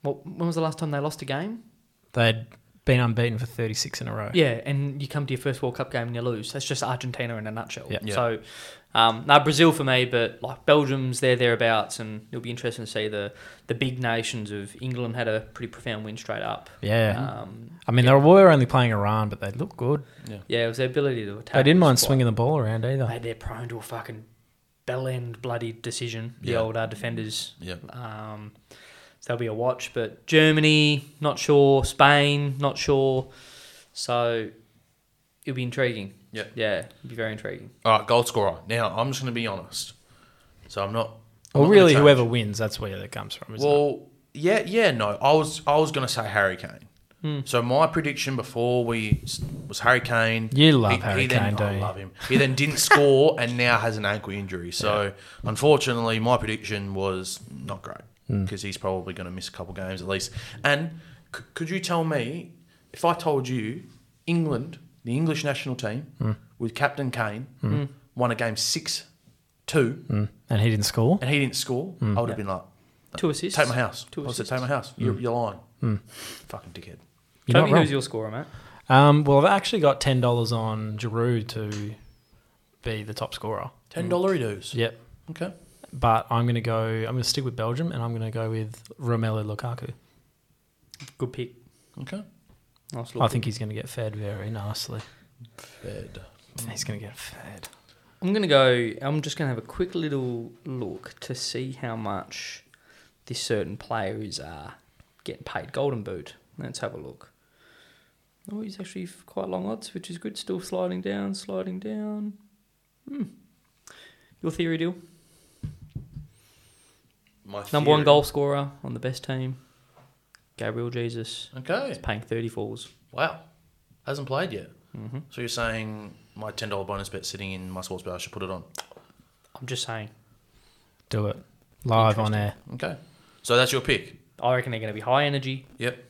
S5: well, when was the last time they lost a game?
S2: They'd been unbeaten for 36 in a row.
S5: Yeah, and you come to your first World Cup game and you lose. That's just Argentina in a nutshell.
S2: Yeah.
S4: Yeah.
S5: So, um, now Brazil for me, but like Belgium's there thereabouts, and it'll be interesting to see the the big nations of England had a pretty profound win straight up.
S2: Yeah.
S5: Um,
S2: I mean, they were only playing Iran, but they look good.
S5: yeah, it was their ability to attack.
S2: They didn't
S5: was
S2: mind
S5: quite-
S2: swinging the ball around either.
S5: Mate, they're prone to a fucking bell end bloody decision. The
S4: Yeah.
S5: old uh, defenders.
S4: Yep.
S5: Um, so there'll be a watch, but Germany, not sure. Spain, not sure. So it'll be intriguing.
S4: Yeah.
S5: Yeah, it'll be very intriguing.
S4: All right, goal scorer. Now I'm just going to be honest. So I'm not. I'm
S2: Well,
S4: not
S2: really,
S4: gonna
S2: whoever
S4: change.
S2: wins, that's where that comes from. Isn't it?
S4: Well, yeah, yeah, no. I was, I was going to say Harry Kane.
S2: Hmm.
S4: So my prediction before we s- was Harry Kane.
S2: You love Harry
S4: then,
S2: Kane, don't
S4: I
S2: you?
S4: love him. He then didn't score and now has an ankle injury. So unfortunately, my prediction was not great
S2: Hmm.
S4: because he's probably going to miss a couple games at least. And c- could you tell me if I told you England, the English national team,
S2: Hmm.
S4: with Captain Kane, won a game six two
S2: Mm. and he didn't score.
S4: and he didn't score,
S2: Hmm.
S4: I would have been like,
S5: Two assists.
S4: take my house.
S5: Two
S4: I said,
S5: assists.
S4: take my house.
S5: Mm.
S4: You're, you're lying. Fucking dickhead.
S2: You're
S5: Toby,
S2: not
S5: who's
S2: wrong.
S5: your scorer, mate?
S2: Um, well, I've actually got ten dollars on Giroud to be the top scorer.
S4: Ten dollar dues.
S2: Yep.
S4: Okay.
S2: But I'm going to go. I'm going to stick with Belgium, and I'm going to go with Romelu Lukaku.
S5: Good pick.
S4: Okay.
S5: Nice
S2: I
S5: look.
S2: think he's going to get fed very nicely.
S4: Fed.
S2: He's going to get fed.
S5: I'm gonna go. I'm just gonna have a quick little look to see how much this certain player is uh, getting paid. Golden Boot. Let's have a look. Oh, he's actually f- quite long odds, which is good. Still sliding down, sliding down. Hmm. Your theory, deal.
S4: My
S5: Number one
S4: theory.
S5: goal scorer on the best team. Gabriel Jesus
S4: Okay.
S5: paying thirty fours.
S4: Wow. Hasn't played yet. So you're saying my ten dollar bonus bet sitting in my sports bet, I should put it on.
S5: I'm just saying.
S2: Do it live on air.
S4: Okay. So that's your pick.
S5: I reckon they're going to be high energy.
S4: Yep.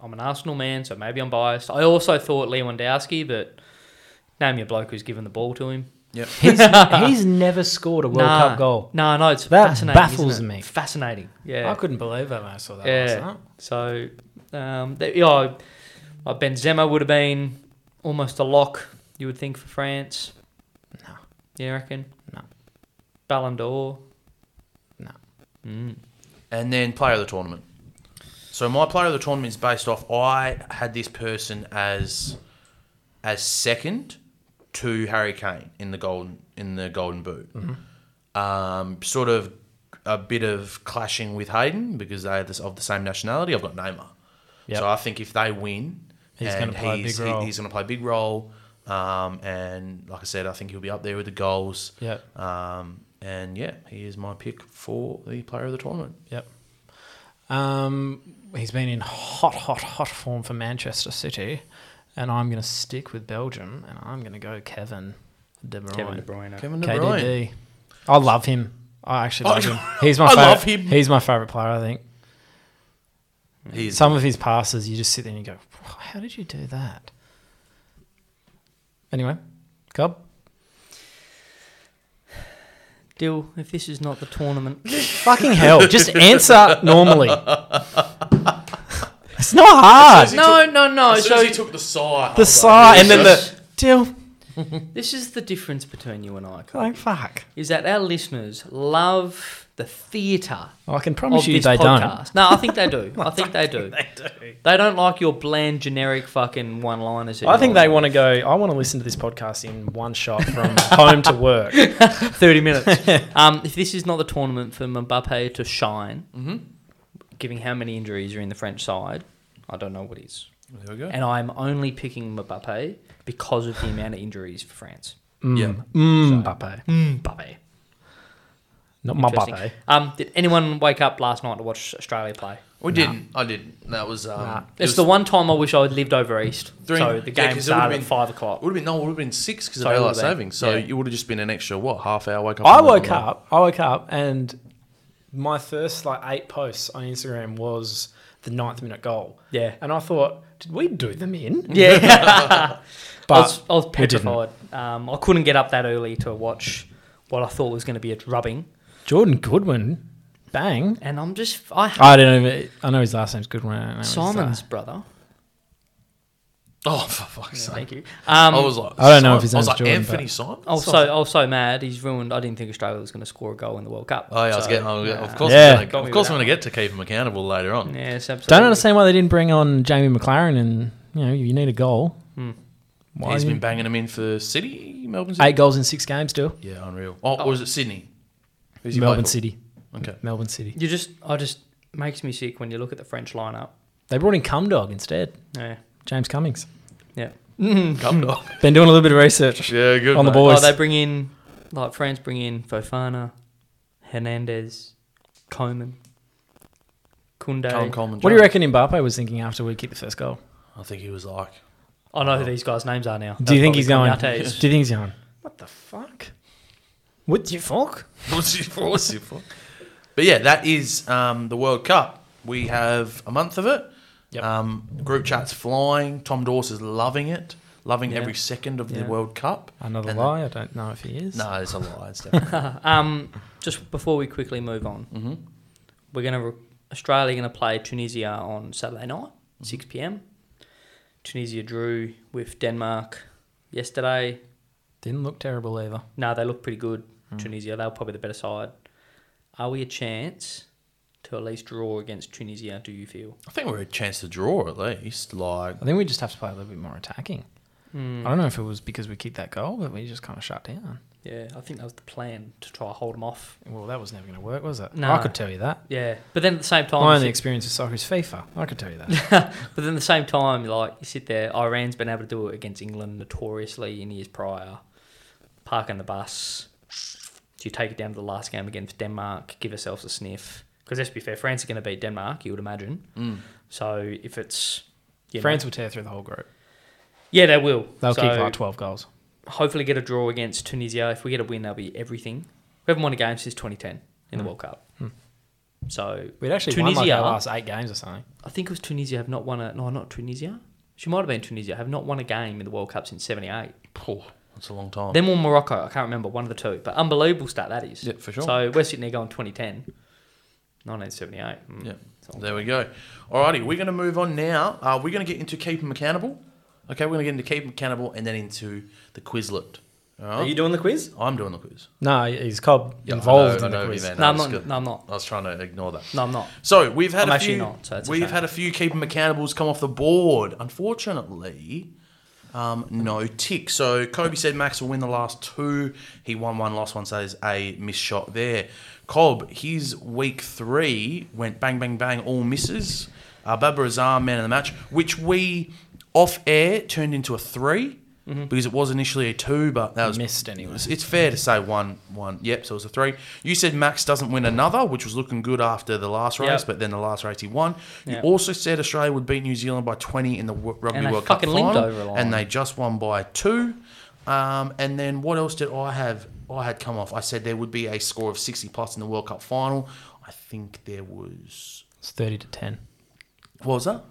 S5: I'm an Arsenal man, so maybe I'm biased. I also thought Lewandowski, but name your bloke who's given the ball to him.
S4: Yep.
S2: He's, he's never scored a World
S5: nah,
S2: Cup goal.
S5: No, no, it's
S2: That
S5: fascinating. isn't
S2: baffles
S5: it?
S2: me.
S5: Fascinating. Yeah.
S2: I couldn't believe that when I saw that last
S5: Yeah.
S2: night.
S5: So, um, they, you know, uh, Benzema would have been almost a lock, you would think, for France.
S2: No.
S5: You reckon?
S2: No.
S5: Ballon d'Or.
S2: No.
S5: Mm.
S4: And then player of the tournament. So my player of the tournament is based off. I had this person as as second to Harry Kane in the golden in the Golden Boot.
S2: Mm-hmm.
S4: Um, sort of a bit of clashing with Hayden because they are this, of the same nationality. I've got Neymar,
S2: Yep.
S4: so I think if they win,
S2: He's gonna
S4: and
S2: play a
S4: he's-
S2: big
S4: he-
S2: role.
S4: He's going to play a big role. Um, and like I said, I think he'll be up there with the goals.
S2: Yep.
S4: Um, and yeah, he is my pick for the player of the tournament.
S2: Yep. Um, he's been in hot, hot, hot form for Manchester City, and I'm going to stick with Belgium, and I'm going to go Kevin De Bruyne.
S5: Kevin De Bruyne.
S4: Kevin De Bruyne.
S2: KDB. I love him. I actually
S4: I-
S2: love him. He's my
S4: I
S2: favorite.
S4: love him.
S2: He's my favorite player. I think
S4: He's
S2: some of his passes, you just sit there and you go, "How did you do that?" Anyway, Cobb.
S5: Dill, if this is not the tournament,
S2: Fucking hell! Just answer normally. It's not hard.
S5: no, no, no.
S4: as soon as
S5: So
S4: he took the side,
S2: The sigh and then the deal.
S5: this is the difference between you and I. Cole,
S2: Like fuck.
S5: Is that our listeners love the theatre
S2: Oh, I can
S5: of
S2: promise you
S5: this
S2: they don't.
S5: podcast? No, I think they do. I think they do. They do. They don't like your bland, generic fucking one-liners.
S2: I think they want to go. I want to listen to this podcast in one shot from home to work.
S5: 30 minutes. um, if this is not the tournament for Mbappe to shine, giving how many injuries are in the French side, I don't know what is.
S4: There we go.
S5: And I'm only picking Mbappe because of the amount of injuries for France.
S4: yeah.
S2: Mm, Mbappe.
S5: Mbappe.
S2: Not my
S5: Interesting.
S2: Mbappe.
S5: Um, did anyone wake up last night to watch Australia play?
S4: We didn't. I didn't. That was. Um,
S2: Nah.
S5: It's the one time I wish I had lived over East.
S4: During-
S5: so the
S4: yeah,
S5: game
S4: 'cause it
S5: started
S4: would've
S5: at
S4: been-
S5: 5 o'clock.
S4: Would have been no. Would have been six because
S5: So
S4: of
S5: it
S4: daylight
S5: would've been-
S4: savings. So
S5: yeah.
S4: it would have just been an extra what half hour wake up.
S2: I
S4: on the-
S2: woke
S4: on the-
S2: up. I woke up, and my first like eight posts on Instagram was the ninth minute goal.
S5: Yeah.
S2: and I thought, did we do them in?
S5: Yeah. I was,
S2: But
S5: I was
S2: we didn't.
S5: petrified. Um, I couldn't get up that early to watch what I thought was going to be a rubbing.
S2: Jordan Goodwin, bang.
S5: And I'm just, I
S2: I don't know. I know his last name's Goodwin. I don't know his uh,
S5: Simon's
S2: last-
S5: brother.
S4: Oh for fuck's sake!
S5: Thank you. Um,
S4: I was like,
S2: I don't know if his
S4: I was
S2: name's
S4: like
S2: Jordan,
S4: Anthony
S2: but-
S4: Simon.
S5: also, also mad. He's ruined. I didn't think Australia was going to score a goal in the World Cup.
S4: Oh yeah, I was
S5: So,
S4: getting. I was getting-
S5: uh,
S4: of course,
S2: Yeah.
S4: I'm
S5: Got
S4: gonna,
S5: me
S4: of course,
S5: with
S4: I'm going
S5: that
S4: to get to keep him accountable later on.
S5: Yes, absolutely.
S2: Don't understand why they didn't bring on Jamie McLaren. And you know, you need a goal. Why
S4: He's
S2: you-
S4: been banging him in for City, Melbourne City.
S2: eight goals in six games. Still,
S4: Yeah, unreal. Oh, or was it Sydney? Who's he
S2: Melbourne
S4: played for?
S2: City.
S4: Okay.
S2: Melbourne City.
S5: You just, I just makes me sick when you look at the French lineup.
S2: They brought in Cumdog instead.
S5: Yeah,
S2: James Cummings.
S5: yeah.
S4: Come on.
S2: Been doing a little bit of research.
S4: Yeah, good.
S2: On the
S4: mate.
S2: ball. Boys.
S5: Oh, they bring in like France bring in Fofana, Hernandez, Coman, Kunde.
S4: Callum Coleman.
S2: What do you reckon Mbappe was thinking after we kicked the first goal?
S4: I think he was like,
S5: I know who these guys' names are now.
S2: Do you think he's going? Do you
S5: Konate's.
S2: think he's going? What the fuck? What the fuck?
S4: "What's he for? What's he for?" But yeah, that is um, the World Cup. We have a month of it.
S2: Yep.
S4: Um, group chats flying. Tom Dawes is loving it, loving
S5: Yeah.
S4: every second of
S5: Yeah.
S4: the World Cup.
S2: Another
S4: And-
S2: lie. I don't know if he is.
S4: No, it's a lie. It's definitely.
S5: Um, just before we quickly move on, we're gonna re- Australia gonna play Tunisia on Saturday night, six pm. Tunisia drew with Denmark yesterday.
S2: Didn't look terrible either.
S5: No, they look pretty good. Tunisia, they were probably the better side. Are we a chance to at least draw against Tunisia? Do you feel?
S4: I think we're a chance to draw at least. Like,
S2: I think we just have to play a little bit more attacking. I don't know if it was because we kicked that goal, but we just kind of shut down.
S5: Yeah, I think that was the plan to try and hold them off.
S2: Well, that was never going to work, was it?
S5: No.
S2: I could tell you that.
S5: Yeah, but then at the same time,
S2: My
S5: you
S2: only
S5: sit-
S2: experience with soccer is FIFA. I could tell you that.
S5: But then at the same time, like you sit there, Iran's been able to do it against England notoriously in years prior. Parking the bus, so you take it down to the last game against Denmark, give ourselves a sniff. Because let's be fair, France are going to beat Denmark, you would imagine. So if it's you know,
S2: France will tear through the whole group.
S5: Yeah, they will.
S2: They'll
S5: so
S2: kick like 12 goals.
S5: hopefully get a draw against Tunisia. If we get a win, that'll be everything. We haven't won a game since 2010 in the World Cup. So
S2: We'd actually won like
S5: Tunisia.
S2: our last eight games or something.
S5: I think it was Tunisia have not won a no, not Tunisia. She might have been Tunisia. Have not won a game in the World Cup since '78.
S4: Phew, that's a long time.
S5: Them or Morocco, I can't remember one of the two. But unbelievable stat that is.
S4: Yeah, for sure.
S5: So we're sitting there going 2010, 1978. Mm.
S4: Yeah.
S5: It's all-
S4: There we go. Alrighty, we're going to move on now. Uh, we're going to get into keep them accountable. Okay, we're going to get into keep them accountable and then into the Quizlet. All
S5: Are
S4: right?
S5: you doing the quiz?
S4: I'm doing the quiz.
S2: No, he's Cobb
S4: Yeah, I
S2: involved
S4: know,
S2: in
S4: I
S2: the
S4: know what you
S2: quiz.
S4: meant.
S5: No, I'm
S4: that's
S5: not-
S4: good.
S5: no, I'm not.
S4: I was trying to ignore that.
S5: No, I'm not.
S4: So we've had
S5: I'm
S4: a
S5: actually
S4: few.
S5: not, so it's a
S4: we've
S5: shame.
S4: had a few keep them accountables come off the board. Unfortunately, um, no tick. So Kobe said Max will win the last two. He won one, lost one. So there's a missed shot there. Cobb, his week three went bang, bang, bang, all misses. Uh, Babar Azam, man of the match, which we off air turned into a 3
S5: Mm-hmm.
S4: because it was initially a two, but that was
S2: Missed anyway.
S4: it's- It's fair to say one, one. Yep, so it was a three. You said Max doesn't win another, which was looking good after the last race,
S5: Yep.
S4: but then the last race he won. You
S5: Yep.
S4: also said Australia would beat New Zealand by 20 in the Wo- Rugby
S5: And they
S4: World Cup
S5: fucking limped
S4: final,
S5: over the line.
S4: and they just won by two. Um, and then what else did I have? I had come off. I said there would be a score of 60 plus in the World Cup final. I think there was.
S2: It's 30 to 10.
S4: What was that?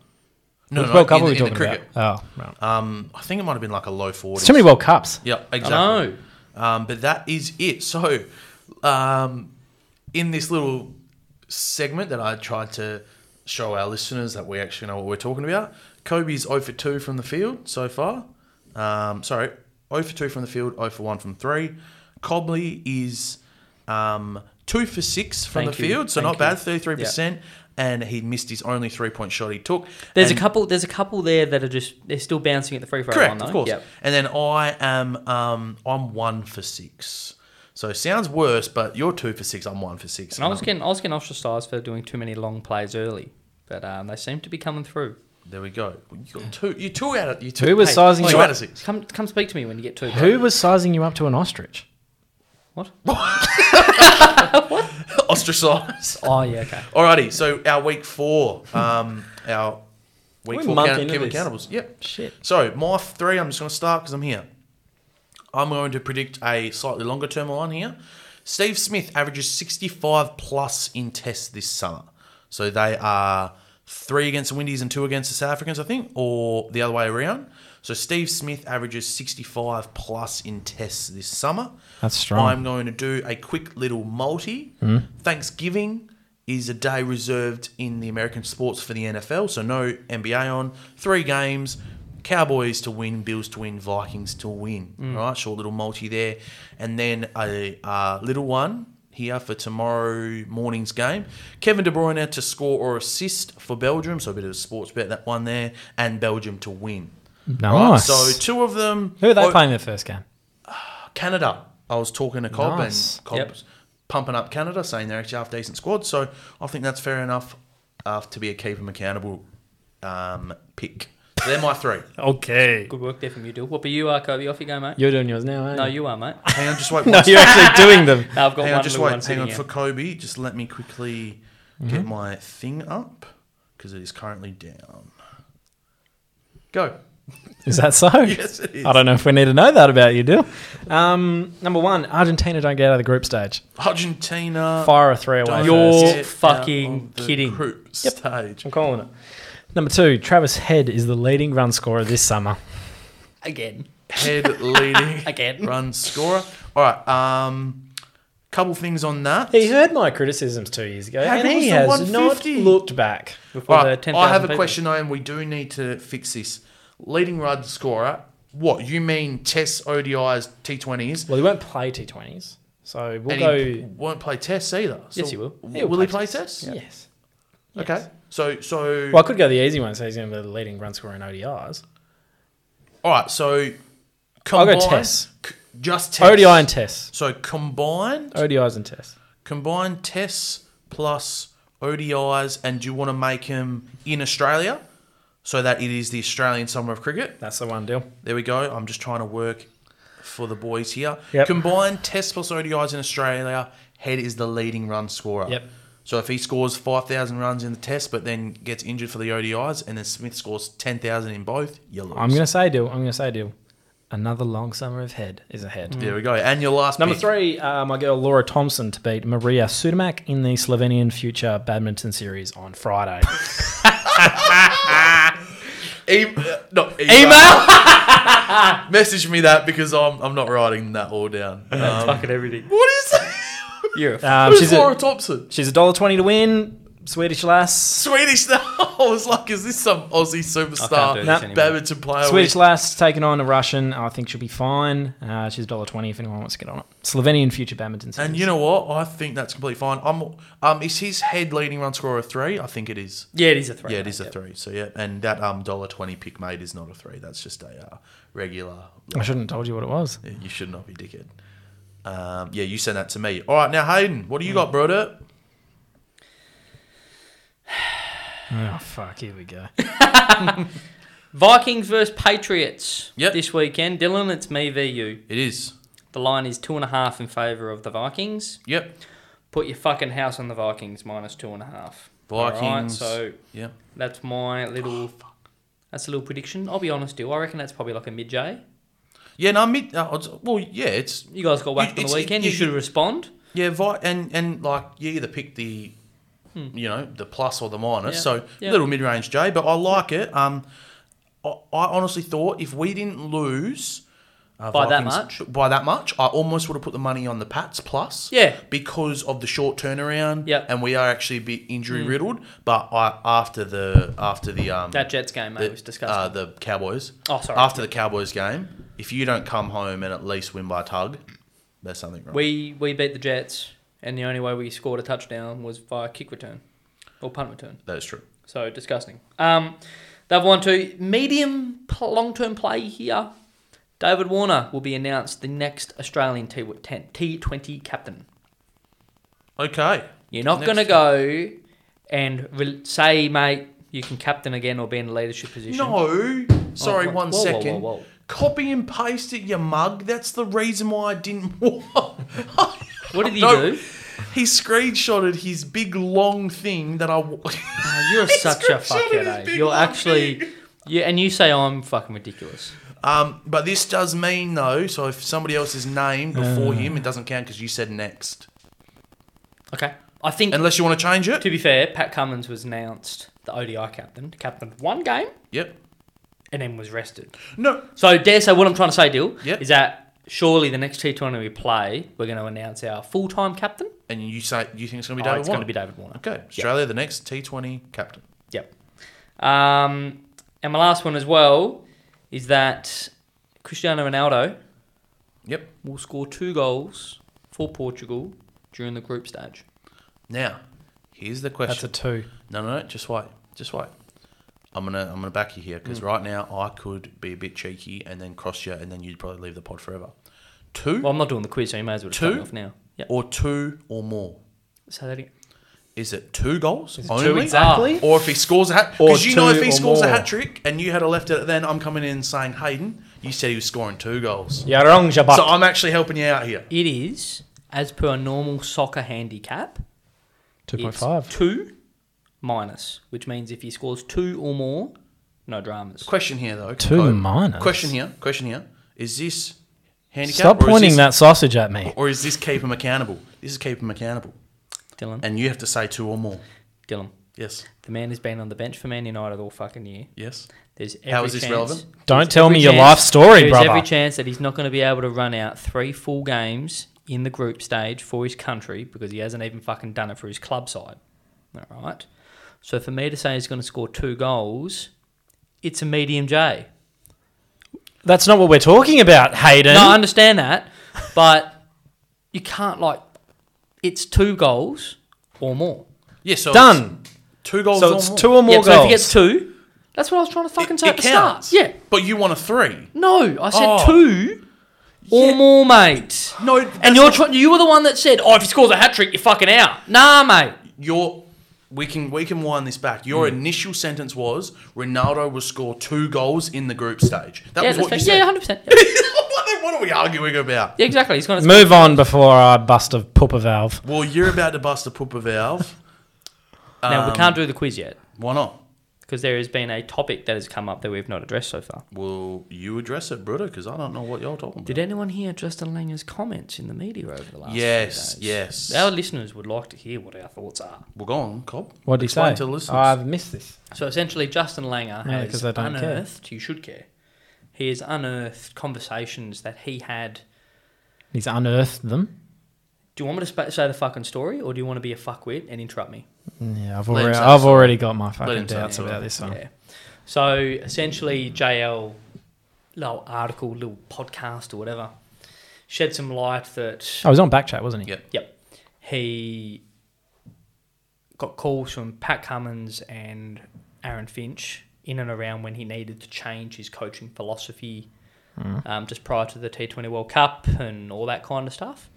S4: No,
S2: Which World Cup
S4: in
S2: are
S4: the-
S2: we
S4: in the
S2: talking
S4: cricket.
S2: about? Oh, right.
S4: Um, I think it might have been like a low 40s.
S2: It's too many World Cups.
S4: Yeah, exactly.
S5: know.
S4: Um, but that is it. So, um, in this little segment that I tried to show our listeners that we actually know what we're talking about, Kobe's 0 for 2 from the field so far. Um, sorry, 0 for 2 from the field, 0 for 1 from 3. Cobley is um, 2 for 6 from
S5: Thank
S4: the
S5: you.
S4: field, so
S5: Thank
S4: not
S5: you.
S4: bad, 33%. And he missed his only three point shot he took.
S5: There's
S4: And-
S5: a couple. There's a couple there that are just they're still bouncing at the free throw line.
S4: Correct,
S5: though.
S4: of course.
S5: Yep.
S4: And then I am um, I'm one for six. So it sounds worse, but you're two for six. I'm one for six.
S5: And I was
S4: Um,
S5: getting I was getting ostracised for doing too many long plays early, but um, they seem to be coming through.
S4: there we go. You got two. You two out of you two.
S2: Who was
S5: Hey,
S2: sizing
S4: two
S2: you
S4: out
S2: up?
S4: of six.
S5: Come come speak to me when you get two. bro.
S2: Who was sizing you up to an ostrich?
S5: What?
S4: Ostracized.
S5: Oh yeah, okay.
S4: Alrighty. So our week four. Um, our week
S2: We're
S4: four.
S2: month
S4: count-
S2: into
S4: Kim
S2: this.
S4: accountables. Yep.
S2: Shit.
S4: So my three. I'm just going to start because I'm here. I'm going to predict a slightly longer term line here. Steve Smith averages 65 plus in tests this summer. So they are three against the Windies and two against the South Africans, I think, or the other way around. So Steve Smith averages 65 plus in tests this summer.
S2: That's strong.
S4: I'm going to do a quick little multi.
S2: Hmm?
S4: Thanksgiving is a day reserved in the American sports for the NFL, so no NBA on. Three games. Cowboys to win, Bills to win, Vikings to win.
S2: Hmm.
S4: Right, short little multi there, and then a uh, little one here for tomorrow morning's game. Kevin De Bruyne to score or assist for Belgium, so a bit of a sports bet that one there, and Belgium to win. Right,
S2: Nice.
S4: so two of them.
S2: Who are they
S4: oh,
S2: playing their first game?
S4: Canada. I was talking to Cobb
S2: Nice.
S4: and Cobb's
S5: Yep.
S4: pumping up Canada, saying they're actually half decent squad. So I think that's fair enough uh, to be a keep them accountable um, pick. So they're my three.
S2: Okay.
S5: Good work there from you, Dill. What? But you are Kobe. Off you go, mate.
S2: You're doing yours now, aren't
S5: No, you are, mate.
S4: Hang on, just wait.
S2: No,
S4: One
S2: you're actually doing them.
S5: No, I've got
S4: Hang
S5: one.
S4: on, just
S5: little one
S4: wait. Hang
S5: sitting
S4: on
S5: here. Mm-hmm.
S4: for Kobe. Just let me quickly get my thing up because it is currently down. Go.
S2: Is that so?
S4: Yes, it is.
S2: I don't know if we need to know that about you, Dill. Um, number one, Argentina don't get out of the group stage.
S4: Argentina.
S2: Fire a three away.
S4: don't
S5: You're
S2: first.
S4: get out
S5: fucking
S4: of the
S5: kidding.
S4: Group stage.
S2: I'm calling it. Number two, Travis Head is the leading run scorer this summer.
S5: again.
S4: head leading
S5: Again.
S4: run scorer. All right, um, couple things on that.
S2: He heard my criticisms two years ago,
S4: How
S2: and
S4: good was
S2: he
S4: the
S2: has not
S4: 150?
S2: looked back.
S5: Before
S4: All
S5: the
S4: right,
S5: 10,000
S4: I have a
S5: people.
S4: question though, and we do need to fix this. Leading run scorer. What you mean? Tests, ODIs, T20s.
S2: Well, he won't play T20s, so we'll
S4: and
S2: go.
S4: he won't play tests either. So
S5: Yes, he will.
S4: w-
S2: He'll
S4: Will he play tests?
S2: Yes.
S4: Okay. So so.
S2: Well, I could go the easy one and say he's going to be the leading run scorer in ODIs.
S4: all right. So.
S2: I'll go
S4: Combine,
S2: tests.
S4: c- Just tests.
S2: ODI and tests.
S4: So combined.
S2: ODIs and tests.
S4: combine tests plus ODIs, and do you want to make him in Australia so that it is the Australian summer of cricket?
S2: That's the one, Dill.
S4: There we go. I'm just trying to work for the boys here.
S2: Yep.
S4: Combine tests plus ODIs in Australia. Head is the leading run scorer.
S2: Yep.
S4: So if he scores 5,000 runs in the test but then gets injured for the ODIs and then Smith scores 10,000 in both, you lose.
S2: I'm going to say deal. I'm going to say deal. Another long summer of head is ahead.
S4: There we go. And your last
S2: Number
S4: pick.
S2: three, uh, my girl Laura Thompson to beat Maria Sudamak in the Slovenian Future Badminton Series on Friday.
S4: E- uh, no,
S2: Um,
S4: email. Message me that because I'm, I'm not writing that all down. Um,
S5: Fucking everything.
S4: what is
S5: You're a
S2: Um,
S4: Who's
S2: she's
S4: Laura
S2: a,
S4: Thompson?
S2: she's a dollar twenty to win. Swedish lass.
S4: Swedish. now. I was like, is this some Aussie
S5: do
S4: superstar
S5: this anymore.
S4: badminton player?
S2: Swedish lass taking on a Russian. I think she'll be fine. Uh, she's a dollar twenty if anyone wants to get on it. Slovenian Future Badminton Series.
S4: And you know what? I think that's completely fine. I'm, um, is his head leading run scorer a three? I think it is.
S5: Yeah, it is a three.
S4: Yeah, it is a three. So yeah, and that um dollar twenty pick made is not a three. That's just a uh, regular.
S2: I shouldn't have told you what it was.
S4: You should not be dickhead. Um, yeah, you send that to me. All right, now Hayden, what do you
S2: Hmm.
S4: got, brother?
S2: Oh fuck! Here we go.
S5: Vikings versus Patriots
S4: Yep.
S5: this weekend. Dylan, it's me v you.
S4: It is.
S5: The line is two and a half in favour of the Vikings.
S4: Yep.
S5: Put your fucking house on the Vikings minus two and a half. All right,
S4: Vikings. Oh,
S5: so
S4: Yep.
S5: that's my little. That's a little prediction. I'll be honest, dude. I reckon that's probably like a mid J.
S4: Yeah, no, mid. Uh, it's- well, yeah, it's
S5: You guys got whacked on
S4: It's-
S5: the
S4: it-
S5: weekend.
S4: yeah,
S5: you should
S4: you-
S5: respond.
S4: yeah, Vi- and and like you either pick the, you know, the plus or the minus.
S5: Hmm. Yeah.
S4: So
S5: Yeah.
S4: little mid range J, but I like it. Um, I, I honestly thought if we didn't lose. uh,
S5: By that
S4: much, by that much, I almost would have put the money on the Pats plus,
S5: Yeah.
S4: because of the short turnaround,
S5: Yep. Hmm.
S4: and we are actually a bit injury riddled. But I after the after the um
S5: That Jets game, mate, was disgusting.
S4: uh, the Cowboys.
S5: Oh, sorry.
S4: After the Cowboys game, if you don't come home and at least win by a tug, there's something wrong.
S5: we we beat the Jets, and the only way we scored a touchdown was via kick return or punt return.
S4: that is true.
S5: So disgusting. Um, the other one too, medium pl- long term play here. David Warner will be announced the next Australian T T Twenty captain.
S4: Okay.
S5: You're not
S4: Next
S5: going to go and re- say, mate, you can captain again or be in a leadership position.
S4: No. Sorry,
S5: Oh, whoa,
S4: one
S5: whoa, whoa,
S4: second.
S5: whoa, whoa.
S4: Copy and paste it, you mug. That's the reason why I didn't. what
S5: What did he do?
S4: He screenshotted his big long thing that I. w-
S5: Oh, you're such a
S4: He's got shit in his
S5: fuckhead. Eh?
S4: big
S5: You're
S4: mouth,
S5: actually,
S4: big.
S5: yeah, and you say I'm fucking ridiculous.
S4: um, but this does mean though. So if somebody else is named before
S5: Uh.
S4: him, it doesn't count because you said next.
S5: Okay, I think.
S4: Unless you want to change it.
S5: to be fair, Pat Cummins was announced the ODI captain, captained one game,
S4: Yep.
S5: and then was rested.
S4: No.
S5: So dare say what I'm trying to say, Dill,
S4: Yep.
S5: is that surely the next T20 we play, we're going to announce our full time captain.
S4: And you say you think it's going to be
S5: Oh,
S4: David
S5: it's going to
S4: Warner?
S5: be David Warner.
S4: Okay, Australia, the next T20 captain.
S5: Yep. Um, and my last one as well is that Cristiano Ronaldo
S4: Yep.
S5: will score two goals for Portugal during the group stage.
S4: Now, here's the
S2: That's a
S4: question.
S2: two.
S4: no, no, no. Just wait. Just wait. I'm gonna, I'm gonna back you here
S2: Mm.
S4: because right now I could be a bit cheeky and then cross you, and then you'd probably leave the pod forever. Two
S5: Well, I'm not doing the quiz, so you may as well just cut me
S4: Two?
S5: off now. Yep.
S4: or two or more.
S5: So that again.
S4: Is it two goals only?
S5: exactly?
S4: Or if he scores a hat?
S2: Or
S4: Because you know,
S2: two
S4: if he
S2: or
S4: scores a
S2: more.
S4: hat trick and you had a left at it, then I'm coming in saying, Hayden, you said he was scoring two goals.
S2: You're wrong, Jabba.
S4: So I'm actually helping you out here.
S5: It is, as per a normal soccer handicap,
S2: two point
S5: it's
S2: five.
S5: two minus, which means if he scores two or more, no dramas.
S4: Question here though.
S2: Two
S4: Code.
S2: minus?
S4: Question here. Question here. Is this handicap?
S2: Stop
S4: or is
S2: pointing
S4: this-
S2: that sausage at me.
S4: Or is this keep him accountable? This is keep him accountable,
S5: Dylan,
S4: and you have to say two or more.
S5: Dylan,
S4: Yes.
S5: the man has been on the bench for Man United all fucking year.
S4: Yes.
S5: There's every
S4: How is this
S5: chance-
S4: relevant?
S2: Don't
S5: there's
S2: tell
S5: every
S2: me your life story,
S5: there's
S2: brother.
S5: every chance that he's not going to be able to run out three full games in the group stage for his country because he hasn't even fucking done it for his club side. All right. So for me to say he's going to score two goals, it's a medium J.
S2: That's not what we're talking about, Hayden.
S5: No, I understand that, but you can't like it's two goals or more.
S4: Yes. so
S2: Done.
S4: it's Two goals.
S2: So
S4: or
S2: it's
S4: more.
S2: two or more
S5: yeah, so if he
S2: goals.
S5: gets two, that's what I was trying to fucking say at the
S4: counts.
S5: start. Yeah.
S4: But you want a three.
S5: No, I said
S4: Oh.
S5: two or more, mate.
S4: No.
S5: And you're trying. You were the one that said, "Oh, if he scores a hat trick, you're fucking out." Nah, mate.
S4: You're. We can we can wind this back.
S2: Hmm.
S4: Your initial sentence was Ronaldo will score two goals in the group stage. That
S5: Yeah,
S4: was what
S5: that's
S4: you
S5: fair.
S4: said.
S5: yeah, hundred percent. Yeah.
S4: what are we arguing about?
S5: Yeah, exactly. He's gonna.
S2: Move on before I bust a pooper valve.
S4: Well, you're about to bust a pooper valve. Um,
S5: now we can't do the quiz yet
S4: Why not?
S5: because there has been a topic that has come up that we've not addressed so far.
S4: Will you address it, Bruder? Because I don't know what you're talking about.
S5: Did anyone hear Justin Langer's comments in the media over the last? few
S4: Yes,
S5: days?
S4: yes.
S5: Our listeners would like to hear what our thoughts are.
S4: well, go on, Cobb.
S2: What do you
S4: Explain
S2: say?
S4: to the listeners.
S2: Oh, I've missed this.
S5: So essentially, Justin Langer
S2: Yeah,
S5: has
S2: 'cause I don't care.
S5: unearthed. You should care. He has unearthed conversations that he had.
S2: He's unearthed them.
S5: Do you want me to sp- say the fucking story, or do you want to be a fuckwit and interrupt me?
S2: Yeah, I've
S4: Let him
S2: already,
S4: say
S2: I've
S4: so.
S2: already got my fucking
S4: him say
S2: doubts
S4: so.
S2: about this one.
S5: Yeah. So essentially, JL little article, little podcast, or whatever, shed some light that
S2: I was on Backchat, wasn't Oh, he?
S4: Yeah.
S5: Yep. He got calls from Pat Cummins and Aaron Finch in and around when he needed to change his coaching philosophy um, just prior to the T20 World Cup and all that kind of stuff.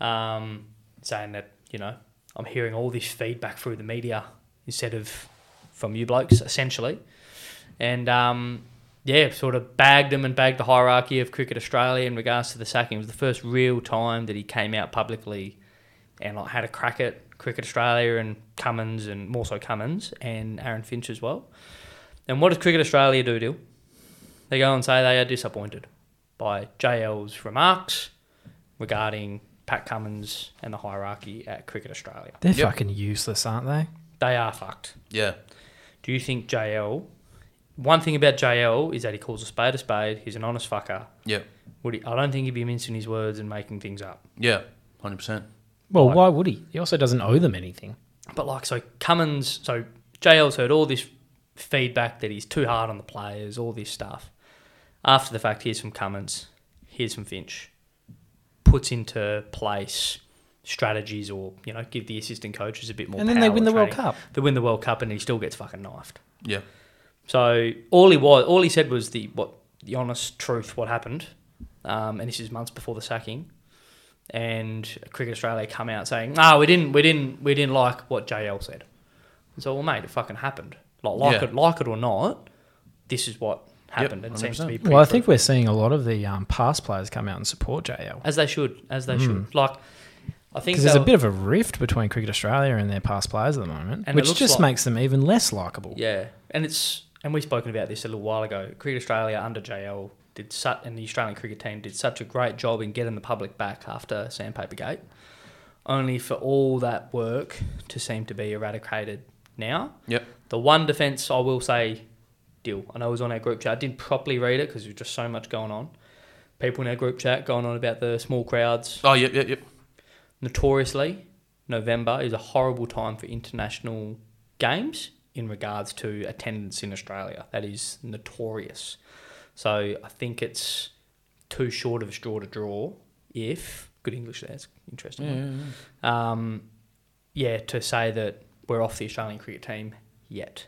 S5: Um, saying that, you know, I'm hearing all this feedback through the media instead of from you blokes, essentially. And um, yeah, sort of bagged him and bagged the hierarchy of Cricket Australia in regards to the sacking. It was the first real time that he came out publicly and like had a crack at Cricket Australia and Cummins and more so Cummins and Aaron Finch as well. And what does Cricket Australia do, Dill? They go and say they are disappointed by JL's remarks regarding Pat Cummins and the hierarchy at Cricket Australia.
S2: They're
S4: Yep.
S2: fucking useless, aren't they?
S5: They are fucked.
S4: Yeah.
S5: Do you think JL? One thing about JL is that he calls a spade a spade. He's an honest fucker.
S4: Yeah.
S5: Would he, I don't think he'd be mincing his words and making things up.
S4: Yeah. Hundred percent.
S2: Well, why would he? He also doesn't owe them anything.
S5: But like, so Cummins, so JL's heard all this feedback that he's too hard on the players, all this stuff. After the fact, here's from Cummins, here's from Finch. Puts into place strategies or, you know, give the assistant coaches a bit more
S2: And then they
S5: power
S2: win the World
S5: training.
S2: Cup.
S5: They win the World Cup and he still gets fucking knifed.
S4: Yeah.
S5: So all he was, all he said was the what the honest truth, what happened, um, and this is months before the sacking. And Cricket Australia come out saying, "No, we didn't, we didn't, we didn't like what JL said." And so, well, mate, it fucking happened. Like, like
S4: Yeah.
S5: it, like it or not, this is what happened. and it seems to be.
S4: 100%.
S5: pretty
S2: well, I think
S5: proof.
S2: we're seeing a lot of the um, past players come out and support JL
S5: as they should, as they should. Like, I think
S2: because there's a
S5: they'll-
S2: bit of a rift between Cricket Australia and their past players at the moment,
S5: And it
S2: which
S5: looks
S2: just
S5: like-
S2: makes them even less likable.
S5: Yeah, and it's and we've spoken about this a little while ago. Cricket Australia under JL did such, and the Australian cricket team did such a great job in getting the public back after Sandpapergate. Only for all that work to seem to be eradicated now.
S4: Yep.
S5: The one defence I will say, deal. I know it was on our group chat. I didn't properly read it because there was just so much going on. People in our group chat going on about the small crowds.
S4: Oh, yep, yep, yep.
S5: Notoriously, November is a horrible time for international games in regards to attendance in Australia. That is notorious. So I think it's too short of a straw to draw if good English there, it's interesting. Um, yeah, to say that we're off the Australian cricket team yet.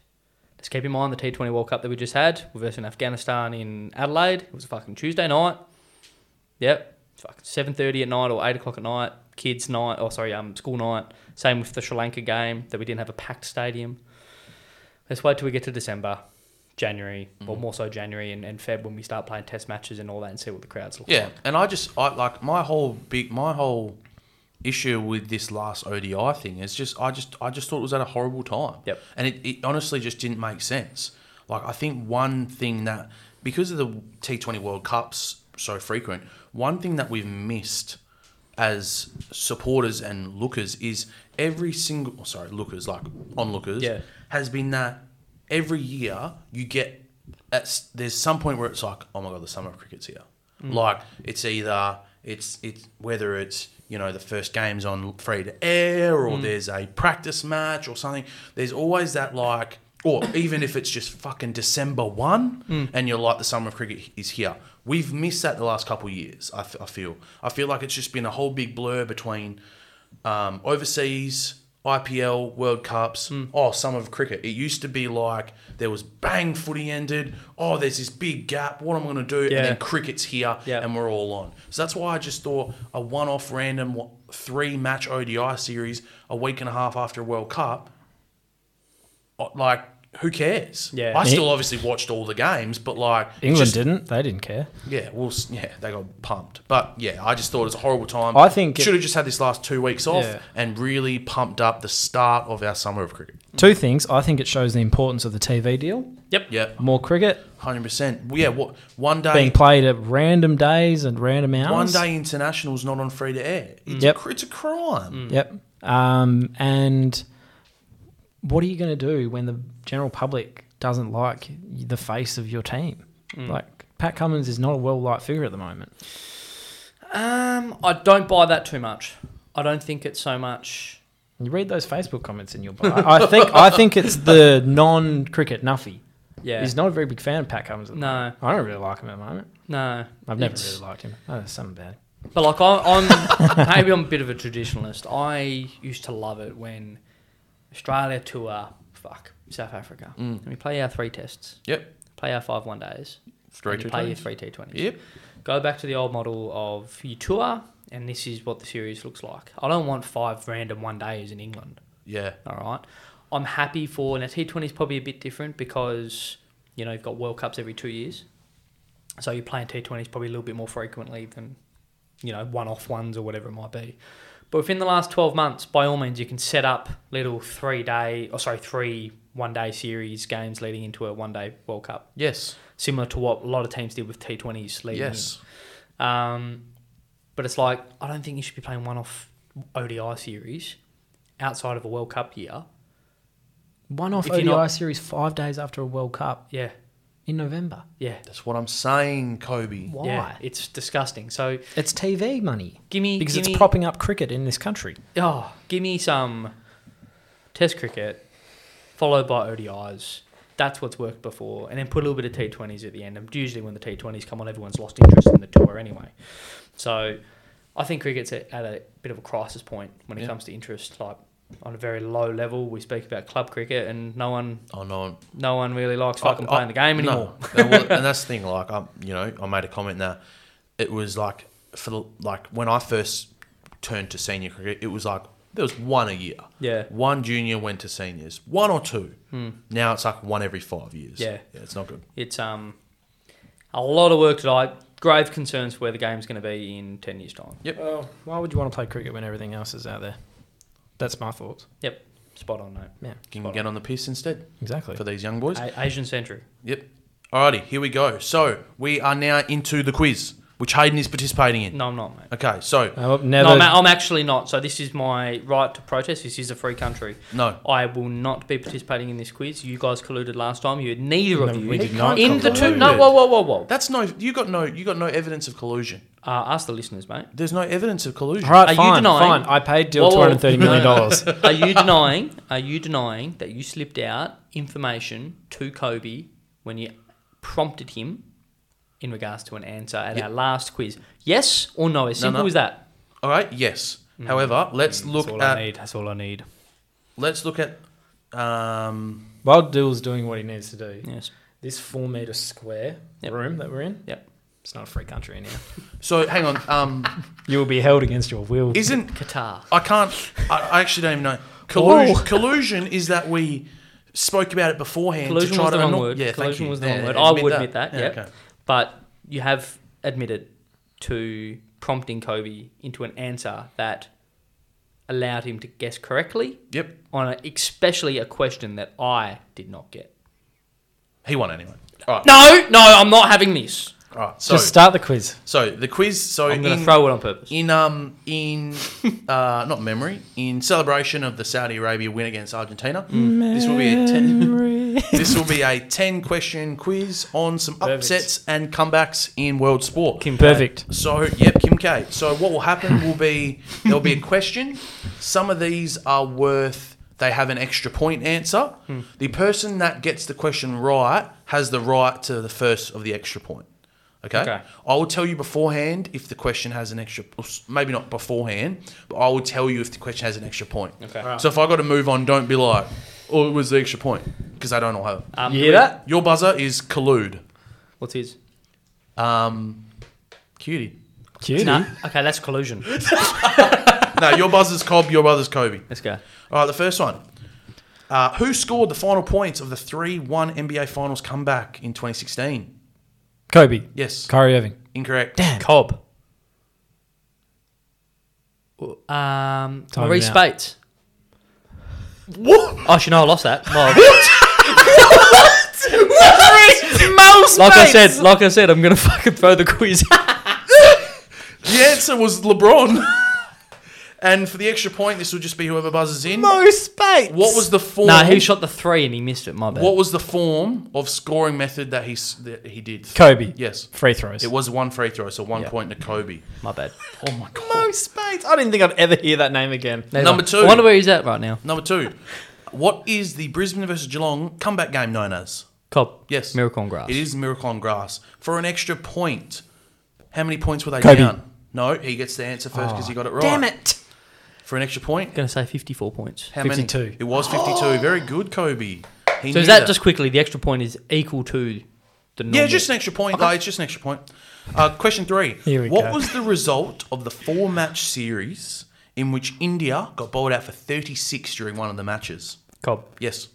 S5: Just keep in mind the T20 World Cup that we just had. We're versing Afghanistan in Adelaide. It was a fucking Tuesday night. Yep. Fucking seven thirty at night or eight o'clock at night, kids night or sorry, um school night. Same with the Sri Lanka game that we didn't have a packed stadium. Let's wait till we get to December, January, or more so January and, and Feb when we start playing test matches and all that and see what the crowds look
S4: Yeah,
S5: like.
S4: and I just I like my whole big my whole issue with this last ODI thing is just I just I just thought it was at a horrible time.
S5: Yep.
S4: And it, it honestly just didn't make sense. Like I think one thing that because of the T20 World Cups so frequent, one thing that we've missed as supporters and lookers is every single sorry lookers like onlookers
S5: Yeah.
S4: has been that every year you get at s- there's some point where it's like oh my god the summer of cricket's here like it's either it's it's whether it's you know the first game's on free to air or there's a practice match or something there's always that like or even if it's just fucking December 1 and you're like the summer of cricket is here we've missed that the last couple of years I, f- I feel I feel like it's just been a whole big blur between um, overseas IPL World Cups.
S5: Hmm.
S4: Oh, some of cricket. It used to be like there was bang footy ended. Oh, there's this big gap. What am I going to do?
S5: Yeah.
S4: And then cricket's here,
S5: Yeah.
S4: and we're all on. So that's why I just thought a one-off random wa- three-match ODI series a week and a half after World Cup, uh, like who cares?
S5: Yeah.
S4: I still obviously watched all the games, but like
S2: England
S4: just-
S2: didn't. They didn't care.
S4: Yeah, well, s- yeah, they got pumped, but yeah, I just thought it was a horrible time.
S2: I think it-
S4: should have just had this last two weeks off
S2: Yeah.
S4: and really pumped up the start of our summer of cricket.
S2: Two things. I think it shows the importance of the TV deal.
S4: Yeah,
S2: More cricket
S4: hundred percent. Yeah, what one day,
S2: being played at random days and random hours.
S4: one day international's not on free to air. It's,
S2: Yep. Mm.
S4: a, cr- it's a crime.
S2: Yep. Um, and what are you going to do when the general public doesn't like the face of your team?
S5: Mm.
S2: Like Pat Cummins is not a well liked figure at the moment.
S5: Um, I don't buy that too much. I don't think it's so much.
S2: You read those Facebook comments and you'll buy. I think I think it's the non cricket Nuffy.
S5: Yeah.
S2: He's not a very big fan of Pat Cummins. At the
S5: No.
S2: moment. I don't really like him at the moment.
S5: No.
S2: I've never
S5: It's-
S2: really liked him. Oh, there's something bad.
S5: But like I, I'm maybe I'm a bit of a traditionalist. I used to love it when Australia tour fuck South Africa
S2: Mm.
S5: and we play our three tests,
S4: Yep,
S5: play our five one days,
S4: three
S5: and you
S4: two
S5: play your
S4: twenties.
S5: three T twenties.
S4: Yep,
S5: Go back to the old model of you tour, and this is what the series looks like. I don't want five random one days in England.
S4: yeah,
S5: All right, I'm happy for now. T twenty is probably a bit different because you know you've got World Cups every two years, so you're playing T twenties probably a little bit more frequently than you know one off ones or whatever it might be. But within the last twelve months, by all means, you can set up little three day or sorry three one day series games leading into a one day World Cup,
S4: yes,
S5: similar to what a lot of teams did with T twenties leading. in.
S4: yes.
S5: Um, but it's like I don't think you should be playing one-off ODI series outside of a World Cup year.
S2: One off
S5: If you're
S2: ODI
S5: not-
S2: series five days after a World Cup
S5: Yeah,
S2: in November.
S5: yeah,
S4: That's what I'm saying, Kobe.
S2: Why?
S5: yeah. It's disgusting. So
S2: It's TV money
S5: give me
S2: because
S5: give
S2: it's
S5: me,
S2: propping up cricket in this country.
S5: Oh, give me some Test cricket followed by ODIs. That's what's worked before, and then put a little bit of T20s at the end. And usually, when the T20s come on, everyone's lost interest in the tour anyway. So, I think cricket's at, at a bit of a crisis point when it
S4: Yeah.
S5: comes to interest. Like on a very low level, we speak about club cricket, and no one
S4: Oh no,
S5: no one really likes fucking
S4: I- I-
S5: playing the game
S4: no.
S5: anymore.
S4: and, well, and that's the thing. Like, I, you know, I made a comment that it was like for the, like when I first turned to senior cricket, it was like there was one a year.
S5: Yeah. Hmm.
S4: One junior went to seniors, one or two. Now it's like one every five years.
S5: Yeah.
S4: yeah it's not good.
S5: It's um a lot of work that I grave concerns for where the game's going to be in ten years' time.
S2: Well, why would you want to play cricket when everything else is out there? That's my thoughts.
S5: Yep, spot on, mate.
S2: Yeah,
S4: Can you get on the piss instead
S2: exactly.
S4: for these young boys?
S5: A- Asian century.
S4: Yep. Alrighty, here we go. So we are now into the quiz, which Hayden is participating in.
S5: No, I'm not, mate.
S4: Okay, so
S2: I hope
S5: No,
S2: never.
S5: I'm, a- I'm actually not. So this is my right to protest. This is a free country.
S4: No.
S5: I will not be participating in this quiz. You guys colluded last time. You neither
S2: No,
S5: of you.
S2: we did not
S5: In the two.
S4: collude.
S5: No, whoa, whoa, whoa, whoa.
S4: that's no. You got no. You got no evidence of collusion.
S5: Uh, ask the listeners, mate.
S4: There's no evidence of collusion.
S2: All right,
S5: Are you
S2: fine,
S5: denying-
S2: fine. I paid
S5: Whoa,
S2: Dill two
S5: whoa,
S2: hundred thirty million
S5: no, no, no.
S2: dollars.
S5: are you denying? Are you denying that you slipped out information to Kobe when you prompted him in regards to an answer at our last quiz? Yes or no? As
S4: No,
S5: simple
S4: no.
S5: as that.
S4: All right. Yes. However, let's look
S5: Mm. That's all I
S4: at
S5: need. That's all I need.
S4: let's look at um,
S2: While Dill's doing what he needs to do,
S5: Yes.
S2: this four meter square
S5: Yep.
S2: room that we're in,
S5: Yep.
S2: it's not a free country in here.
S4: so hang on um,
S2: You will be held against your will.
S4: isn't
S5: Qatar.
S4: i can't I, I actually don't even know collusion,
S5: Oh.
S2: Whoa.
S4: collusion is that we spoke about it beforehand to
S5: Collusion
S4: try
S5: was
S4: to
S5: the wrong
S4: anno-
S5: word.
S4: yeah thank
S5: Collusion
S4: you.
S5: was the
S4: Yeah,
S5: wrong word. I would
S4: that.
S5: admit that.
S4: Yeah,
S5: Yeah.
S4: okay.
S5: But you have admitted to prompting Kobe into an answer that allowed him to guess correctly
S4: yep
S5: on a, especially a question that I did not get.
S4: he won anyway all right
S5: No, no, I'm not having this.
S4: all right so
S2: Just start the quiz.
S4: so the quiz so
S5: I'm going
S4: in-
S5: to throw it on purpose.
S4: in um in uh, not memory in celebration of the Saudi Arabia win against Argentina. This will be a ten, this will be a ten question quiz on some upsets and comebacks in world sport.
S2: Perfect.
S4: So yep, Kim K. So what will happen will be there'll be a question. Some of these are worth they have an extra point answer.
S5: Hmm.
S4: The person that gets the question right has the right to the first of the extra point. Okay?
S5: Okay.
S4: I will tell you beforehand if the question has an extra maybe not beforehand, but I will tell you if the question has an extra point.
S5: Okay. Alright.
S4: So if I got to move on, don't be like, "Oh, it was the extra point," because I don't all have it.
S5: Um,
S2: You
S5: do
S2: hear
S5: we-
S2: that?
S4: Your buzzer is collude.
S5: What's his?
S4: Um cutie.
S2: Cutie.
S5: Nah. Okay, that's collusion.
S4: No, your buzzer's Cobb, your brother's Kobe.
S5: Let's go.
S4: All right, the first one. Uh, who scored the final points of the 3 1 NBA Finals comeback in 2016?
S2: Kobe.
S4: Yes.
S2: Kyrie Irving.
S4: Incorrect.
S5: Cobb. Um,
S2: Time
S5: Maurice
S2: it out.
S5: Spates.
S4: What?
S5: Oh, you know I lost that. Well,
S2: Mouse
S5: like I said, like I said, I'm gonna fucking throw the quiz.
S4: The answer was LeBron. and for the extra point, this will just be whoever buzzes in.
S2: Mouse Spates.
S4: What was the form?
S5: nah, he shot the three and he missed it. My bad.
S4: What was the form of scoring method that he s- that he did?
S2: Kobe?
S4: Yes,
S2: Free throws.
S4: it was one free throw, so one point to Kobe.
S5: My bad.
S4: Oh my god!
S2: Mouse Spates. I didn't think I'd ever hear that name again.
S5: Never
S4: Number
S5: mind.
S4: two.
S5: I wonder where he's at right now.
S4: Number two, what is the Brisbane versus Geelong comeback game known as?
S5: Cobb.
S4: Yes,
S5: Miracle on grass.
S4: It is miracle on grass for an extra point. How many points were they
S2: Kobe.
S4: down? No, he gets the answer first because he got it right.
S2: Damn it.
S4: For an extra point,
S5: gonna say 54 points.
S4: how many?
S2: 52.
S4: It was fifty-two.
S2: Oh.
S4: Very good, Kobe. He
S5: So
S4: knew
S5: is that just quickly? The extra point is equal to the normal.
S4: Yeah, just an extra point. Like, it's just an extra point. Uh, question three.
S2: Here we
S4: what
S2: go.
S4: was the result of the four match series in which India got bowled out for 36 during one of the matches?
S5: Cobb.
S4: Yes.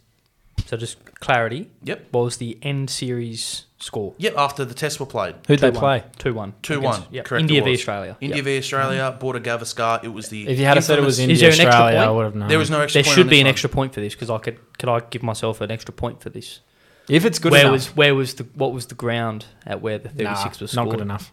S5: So just clarity.
S4: Yep.
S5: What was the end series score?
S4: Yep, after the tests were played.
S2: Who'd they play?
S5: Two one.
S4: 2
S5: Against-
S4: 1.
S5: Yep.
S4: Correct.
S5: India
S4: it
S5: v
S4: was.
S5: Australia.
S4: India
S5: Yep.
S4: v Australia, Border Gavaskar. It was the.
S2: If you had have said it was
S4: infamous-
S5: Is
S2: India
S5: there an extra
S2: Australia, I
S5: point?
S2: would have known.
S4: There was no extra
S5: There
S4: point.
S5: should
S4: on
S5: be
S4: this
S5: an
S4: one.
S5: extra point for this because I could could I give myself an extra point for this?
S2: if it's good
S5: where
S2: enough.
S5: was where was the what was the ground at where the 36
S2: Nah,
S5: was scored?
S2: not good enough.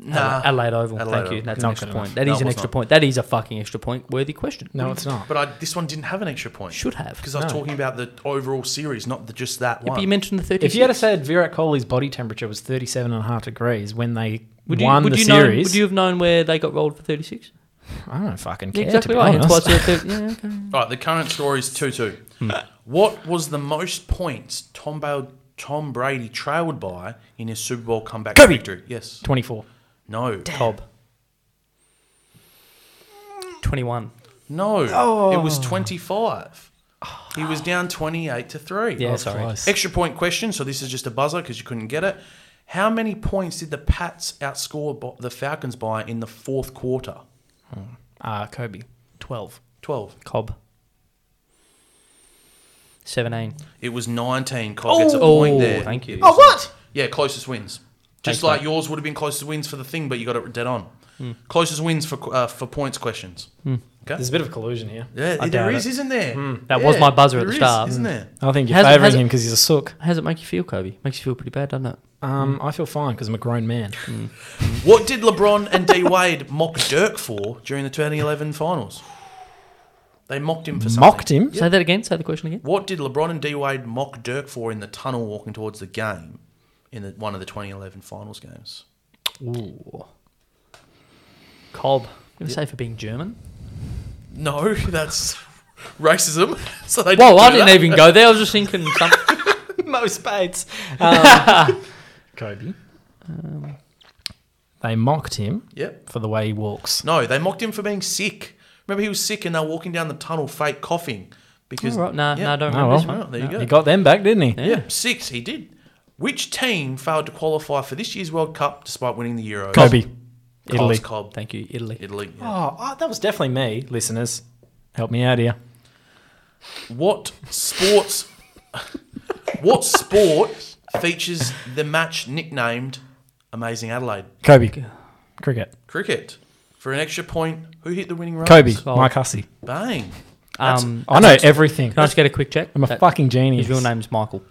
S4: Nah.
S5: Adelaide Oval.
S4: Adelaide
S5: Thank you.
S4: Oval.
S5: That's
S2: Not
S5: an extra
S2: good enough.
S5: point. That is
S4: No, it
S5: an
S4: was
S5: extra
S4: not.
S5: point. That is a fucking extra point. Worthy question.
S2: No, it's not.
S4: But I, this one didn't have an extra point.
S5: should have.
S4: Because I was
S2: No.
S4: talking about the overall series, not the, just that
S5: Yeah,
S4: one.
S5: but you mentioned the 36.
S2: If you had said Virat Kohli's body temperature was 37.5 degrees when they
S5: would you,
S2: won
S5: would
S2: the
S5: you Know,
S2: series,
S5: would you have known where they got rolled for 36?
S2: I don't fucking
S5: Yeah,
S2: care. to
S5: exactly
S2: be
S5: right.
S2: honest.
S5: That's why I said thir- yeah, okay.
S4: All right, the current score is 2 2.
S5: Hmm.
S4: what was the most points Tom, Bale, Tom Brady trailed by in his Super Bowl comeback
S2: Kobe.
S4: victory? Yes.
S2: 24.
S4: No.
S5: Cobb. 21.
S4: No. It was 25. He was down 28 to 3.
S5: Yeah, sorry.
S2: close.
S4: Extra point question. So this is just a buzzer because you couldn't get it. How many points did the Pats outscore bo- the Falcons by in the fourth quarter?
S2: Uh, Kobe. 12.
S4: 12.
S5: Cobb. 17.
S4: It was 19. Cog gets a
S5: Oh.
S4: point
S5: Oh,
S4: there.
S5: thank you.
S4: Oh, what? Yeah, closest wins.
S5: Thanks,
S4: Just
S5: Hmm.
S4: like yours would have been closest wins for the thing, but you got it dead on. Closest wins for uh, for points questions. Okay.
S2: There's a bit of collusion here.
S4: Yeah, there
S2: doubt
S4: is,
S2: it.
S4: isn't there?
S5: Hmm. That was
S4: Yeah,
S5: my buzzer at
S4: there
S5: the
S4: is,
S5: start.
S4: isn't there?
S2: I think you're
S5: Has it-
S2: favouring
S5: has it-
S2: him because he's a sook.
S5: How does it make you feel, Kobe? Makes you feel pretty bad, doesn't it? Mm.
S2: Um, I feel fine because I'm a grown man.
S4: What did LeBron and D Wade mock Dirk for during the 2011 finals? They mocked him for something.
S2: Mocked him.
S5: Say that again. Say the question again.
S4: What did LeBron and D Wade mock Dirk for in the tunnel walking towards the game in the, one of the 2011 finals games?
S5: Ooh. Cobb. I'm going to say for being German.
S4: No, that's racism. So they
S5: Whoa,
S4: didn't
S5: I
S4: do
S5: didn't
S4: that.
S5: even go there. I was just thinking something.
S2: Mo Spades. Um, Kobe. They mocked him
S4: Yep.
S2: for the way he walks.
S4: No, they mocked him for being sick. Remember, he was sick and they're walking down the tunnel, fake coughing. Because
S5: All right, nah,
S4: yeah.
S5: nah, I don't
S2: Oh,
S5: remember
S2: well.
S5: this one.
S4: Oh, there you go.
S2: He got them back, didn't he?
S5: Yeah.
S4: yeah, six. He did. Which team failed to qualify for this year's World Cup despite winning the Euros?
S2: Kobe.
S4: Oh,
S2: Italy.
S4: it's Cobb.
S5: Thank you, Italy.
S4: Italy. yeah.
S2: Oh, oh, that was definitely me, listeners. Help me out here.
S4: What sports? what sport features the match nicknamed "Amazing Adelaide"?
S2: Kobe. Cricket.
S4: Cricket. For an extra point, who hit the winning run?
S2: Kobe.
S5: Cobb.
S2: Mike Hussey.
S4: Bang. That's-
S5: Um,
S2: I know everything.
S5: can I just get a quick check?
S2: I'm a
S5: That-
S2: fucking genius.
S5: His real name's Michael.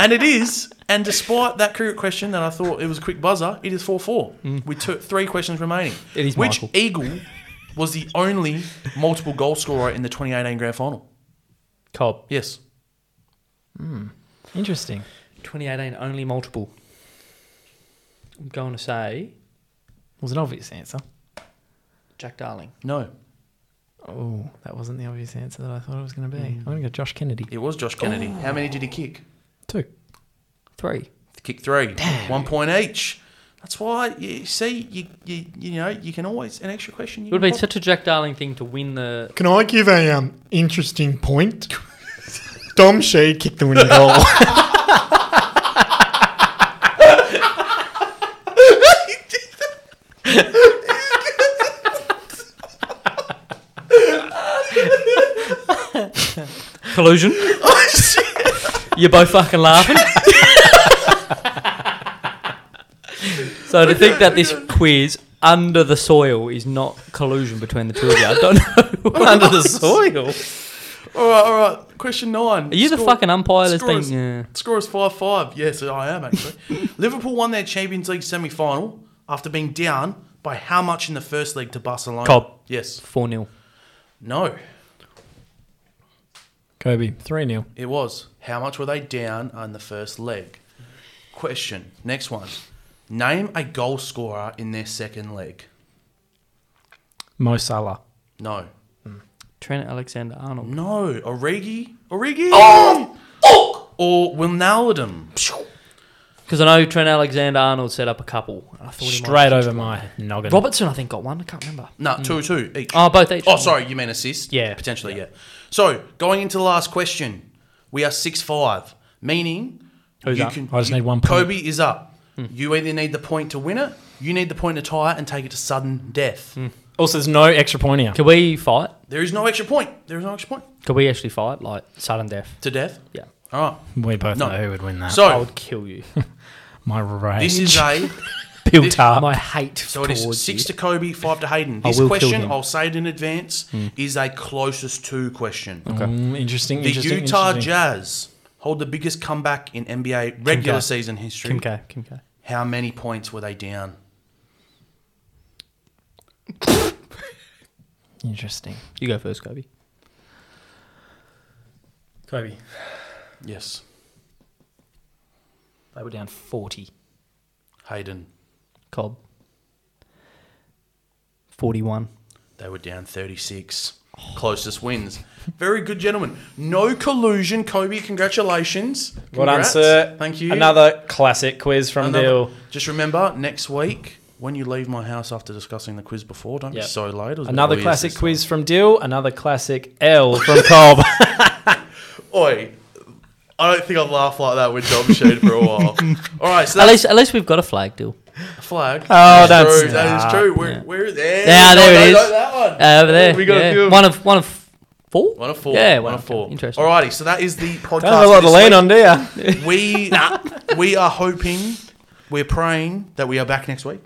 S4: And it is. And despite that cricket question, and I thought it was a quick buzzer, it is 4 4 with two, three questions remaining.
S5: Mm. It is
S4: Which
S5: Michael.
S4: Eagle was the only multiple goal scorer in the 2018 grand final?
S5: Cobb.
S4: Yes.
S2: Interesting.
S5: 2018 only multiple. I'm going to say
S2: was an obvious answer.
S5: Jack Darling.
S4: No.
S2: Oh, that wasn't the obvious answer that I thought it was going to be. I'm going to go Josh Kennedy.
S4: It was Josh Kennedy.
S5: Oh.
S4: How many did he kick?
S2: Two.
S5: Three.
S4: Kick three. One point each. That's why you see you you, you know you can always an extra question. You
S5: It would have
S4: can
S5: been such a Jack Darling thing to win the.
S6: Can I give a um interesting point? Dom Shee kicked the winning goal.
S5: Collusion. You're both fucking laughing. so to think that this quiz under the soil is not collusion between the two of you, I don't know. who under the soil.
S4: All right, all right. Question nine.
S5: Are you the
S4: Score-
S5: fucking umpire that's
S4: score
S5: been?
S4: is-
S5: Yeah.
S4: Score is 5 5. Yes, I am actually. Liverpool won their Champions League semi final after being down by how much in the first leg to Barcelona?
S5: Cobb.
S4: Yes.
S5: 4 0.
S4: No,
S2: Kobe, 3 0.
S4: it was. How much were they down on the first leg? Question. Next one. Name a goal scorer in their second leg.
S2: Mo Salah.
S4: No.
S5: Trent Alexander Arnold.
S4: No. Origi? Origi? Oh! Or Wijnaldum?
S5: Because I know Trent Alexander Arnold set up a couple. I thought he might-
S2: Straight over my noggin.
S5: Robertson, I think, got one. I can't remember.
S4: No, two, two each.
S5: Oh, both each.
S4: Oh, sorry, you mean assist?
S5: Yeah.
S4: Potentially, yeah. So, going into the last question, we are 6 5, meaning
S2: Who's up? I just need one point. Hmm.
S4: Kobe is up. You either need the point to win it, you need the point to tie it and take it to sudden death.
S2: Hmm. Also, Oh, there's no extra point here.
S5: Can we fight?
S4: There is no extra point. There is no extra point
S5: Could we actually fight? Like sudden death?
S4: to death.
S5: Yeah.
S4: All right.
S2: We both
S4: No.
S2: know who would win that.
S4: So,
S5: I would kill you.
S2: my rage.
S4: this is a.
S2: built
S4: this-
S2: up.
S5: My hate
S4: So it
S5: towards
S4: is six
S5: you.
S4: to Kobe, five to Hayden.
S5: I
S4: This
S5: will kill
S4: question,
S5: him. Hmm.
S4: I'll say it in advance, is a closest to question.
S2: Mm, interesting.
S4: The
S2: interesting,
S4: Utah
S2: interesting.
S4: Jazz hold the biggest comeback in NBA regular
S5: K.
S4: season history.
S5: Kim K. Kim K.
S4: How many points were they down?
S2: Interesting.
S5: You go first, Kobe.
S2: Kobe,
S4: Yes.
S2: they were down 40.
S4: Hayden,
S5: Cobb. Forty-one.
S4: they were down 36. Closest wins. Very good, gentlemen. No collusion, Kobe. Congratulations.
S2: Good
S4: Congrats.
S2: answer.
S4: Thank you.
S2: Another classic quiz from
S4: Another-
S2: Bill.
S4: Just remember, next week, when you leave my house after discussing the quiz before, don't
S2: Yep.
S4: be so late. It was
S2: Another
S4: obvious
S2: classic
S4: this
S2: quiz from Dill. Another classic L from Cobb.
S4: time. Oi. I don't think I've laughed like that with Dom Shade for a while. All right, so
S5: At
S4: that's
S5: least, at least we've got a flag deal.
S4: a flag.
S2: Oh,
S4: That is
S2: that's-
S4: true. That is
S2: nah.
S4: true. We're, we're there.
S5: Ah, Yeah,
S4: No,
S5: there
S4: no,
S5: it
S4: no,
S5: is.
S4: that one.
S5: Uh, over there.
S4: we got a
S5: yeah.
S4: few of
S5: one of one of four.
S4: One of four.
S5: Yeah,
S4: one of four.
S5: Interesting.
S4: All righty, so that is the podcast.
S2: Don't have a lot to
S4: this
S2: lean
S4: week.
S2: on, do you?
S4: We we are hoping, we're praying that we are back next week.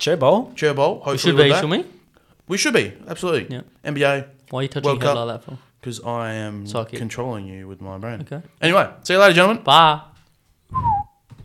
S2: Sure, Bowl.
S4: Chair Bowl.
S5: We
S4: Hopefully
S5: should
S4: we're
S5: be,
S4: back.
S5: shouldn't we?
S4: We should be absolutely.
S5: Yeah.
S4: NBA
S5: Why are you touching
S4: World
S5: your head
S4: Cup.
S5: like that for?
S4: because I am
S5: Psychic.
S4: controlling you with my brain.
S5: Okay.
S4: Anyway, see you later, gentlemen.
S5: Bye.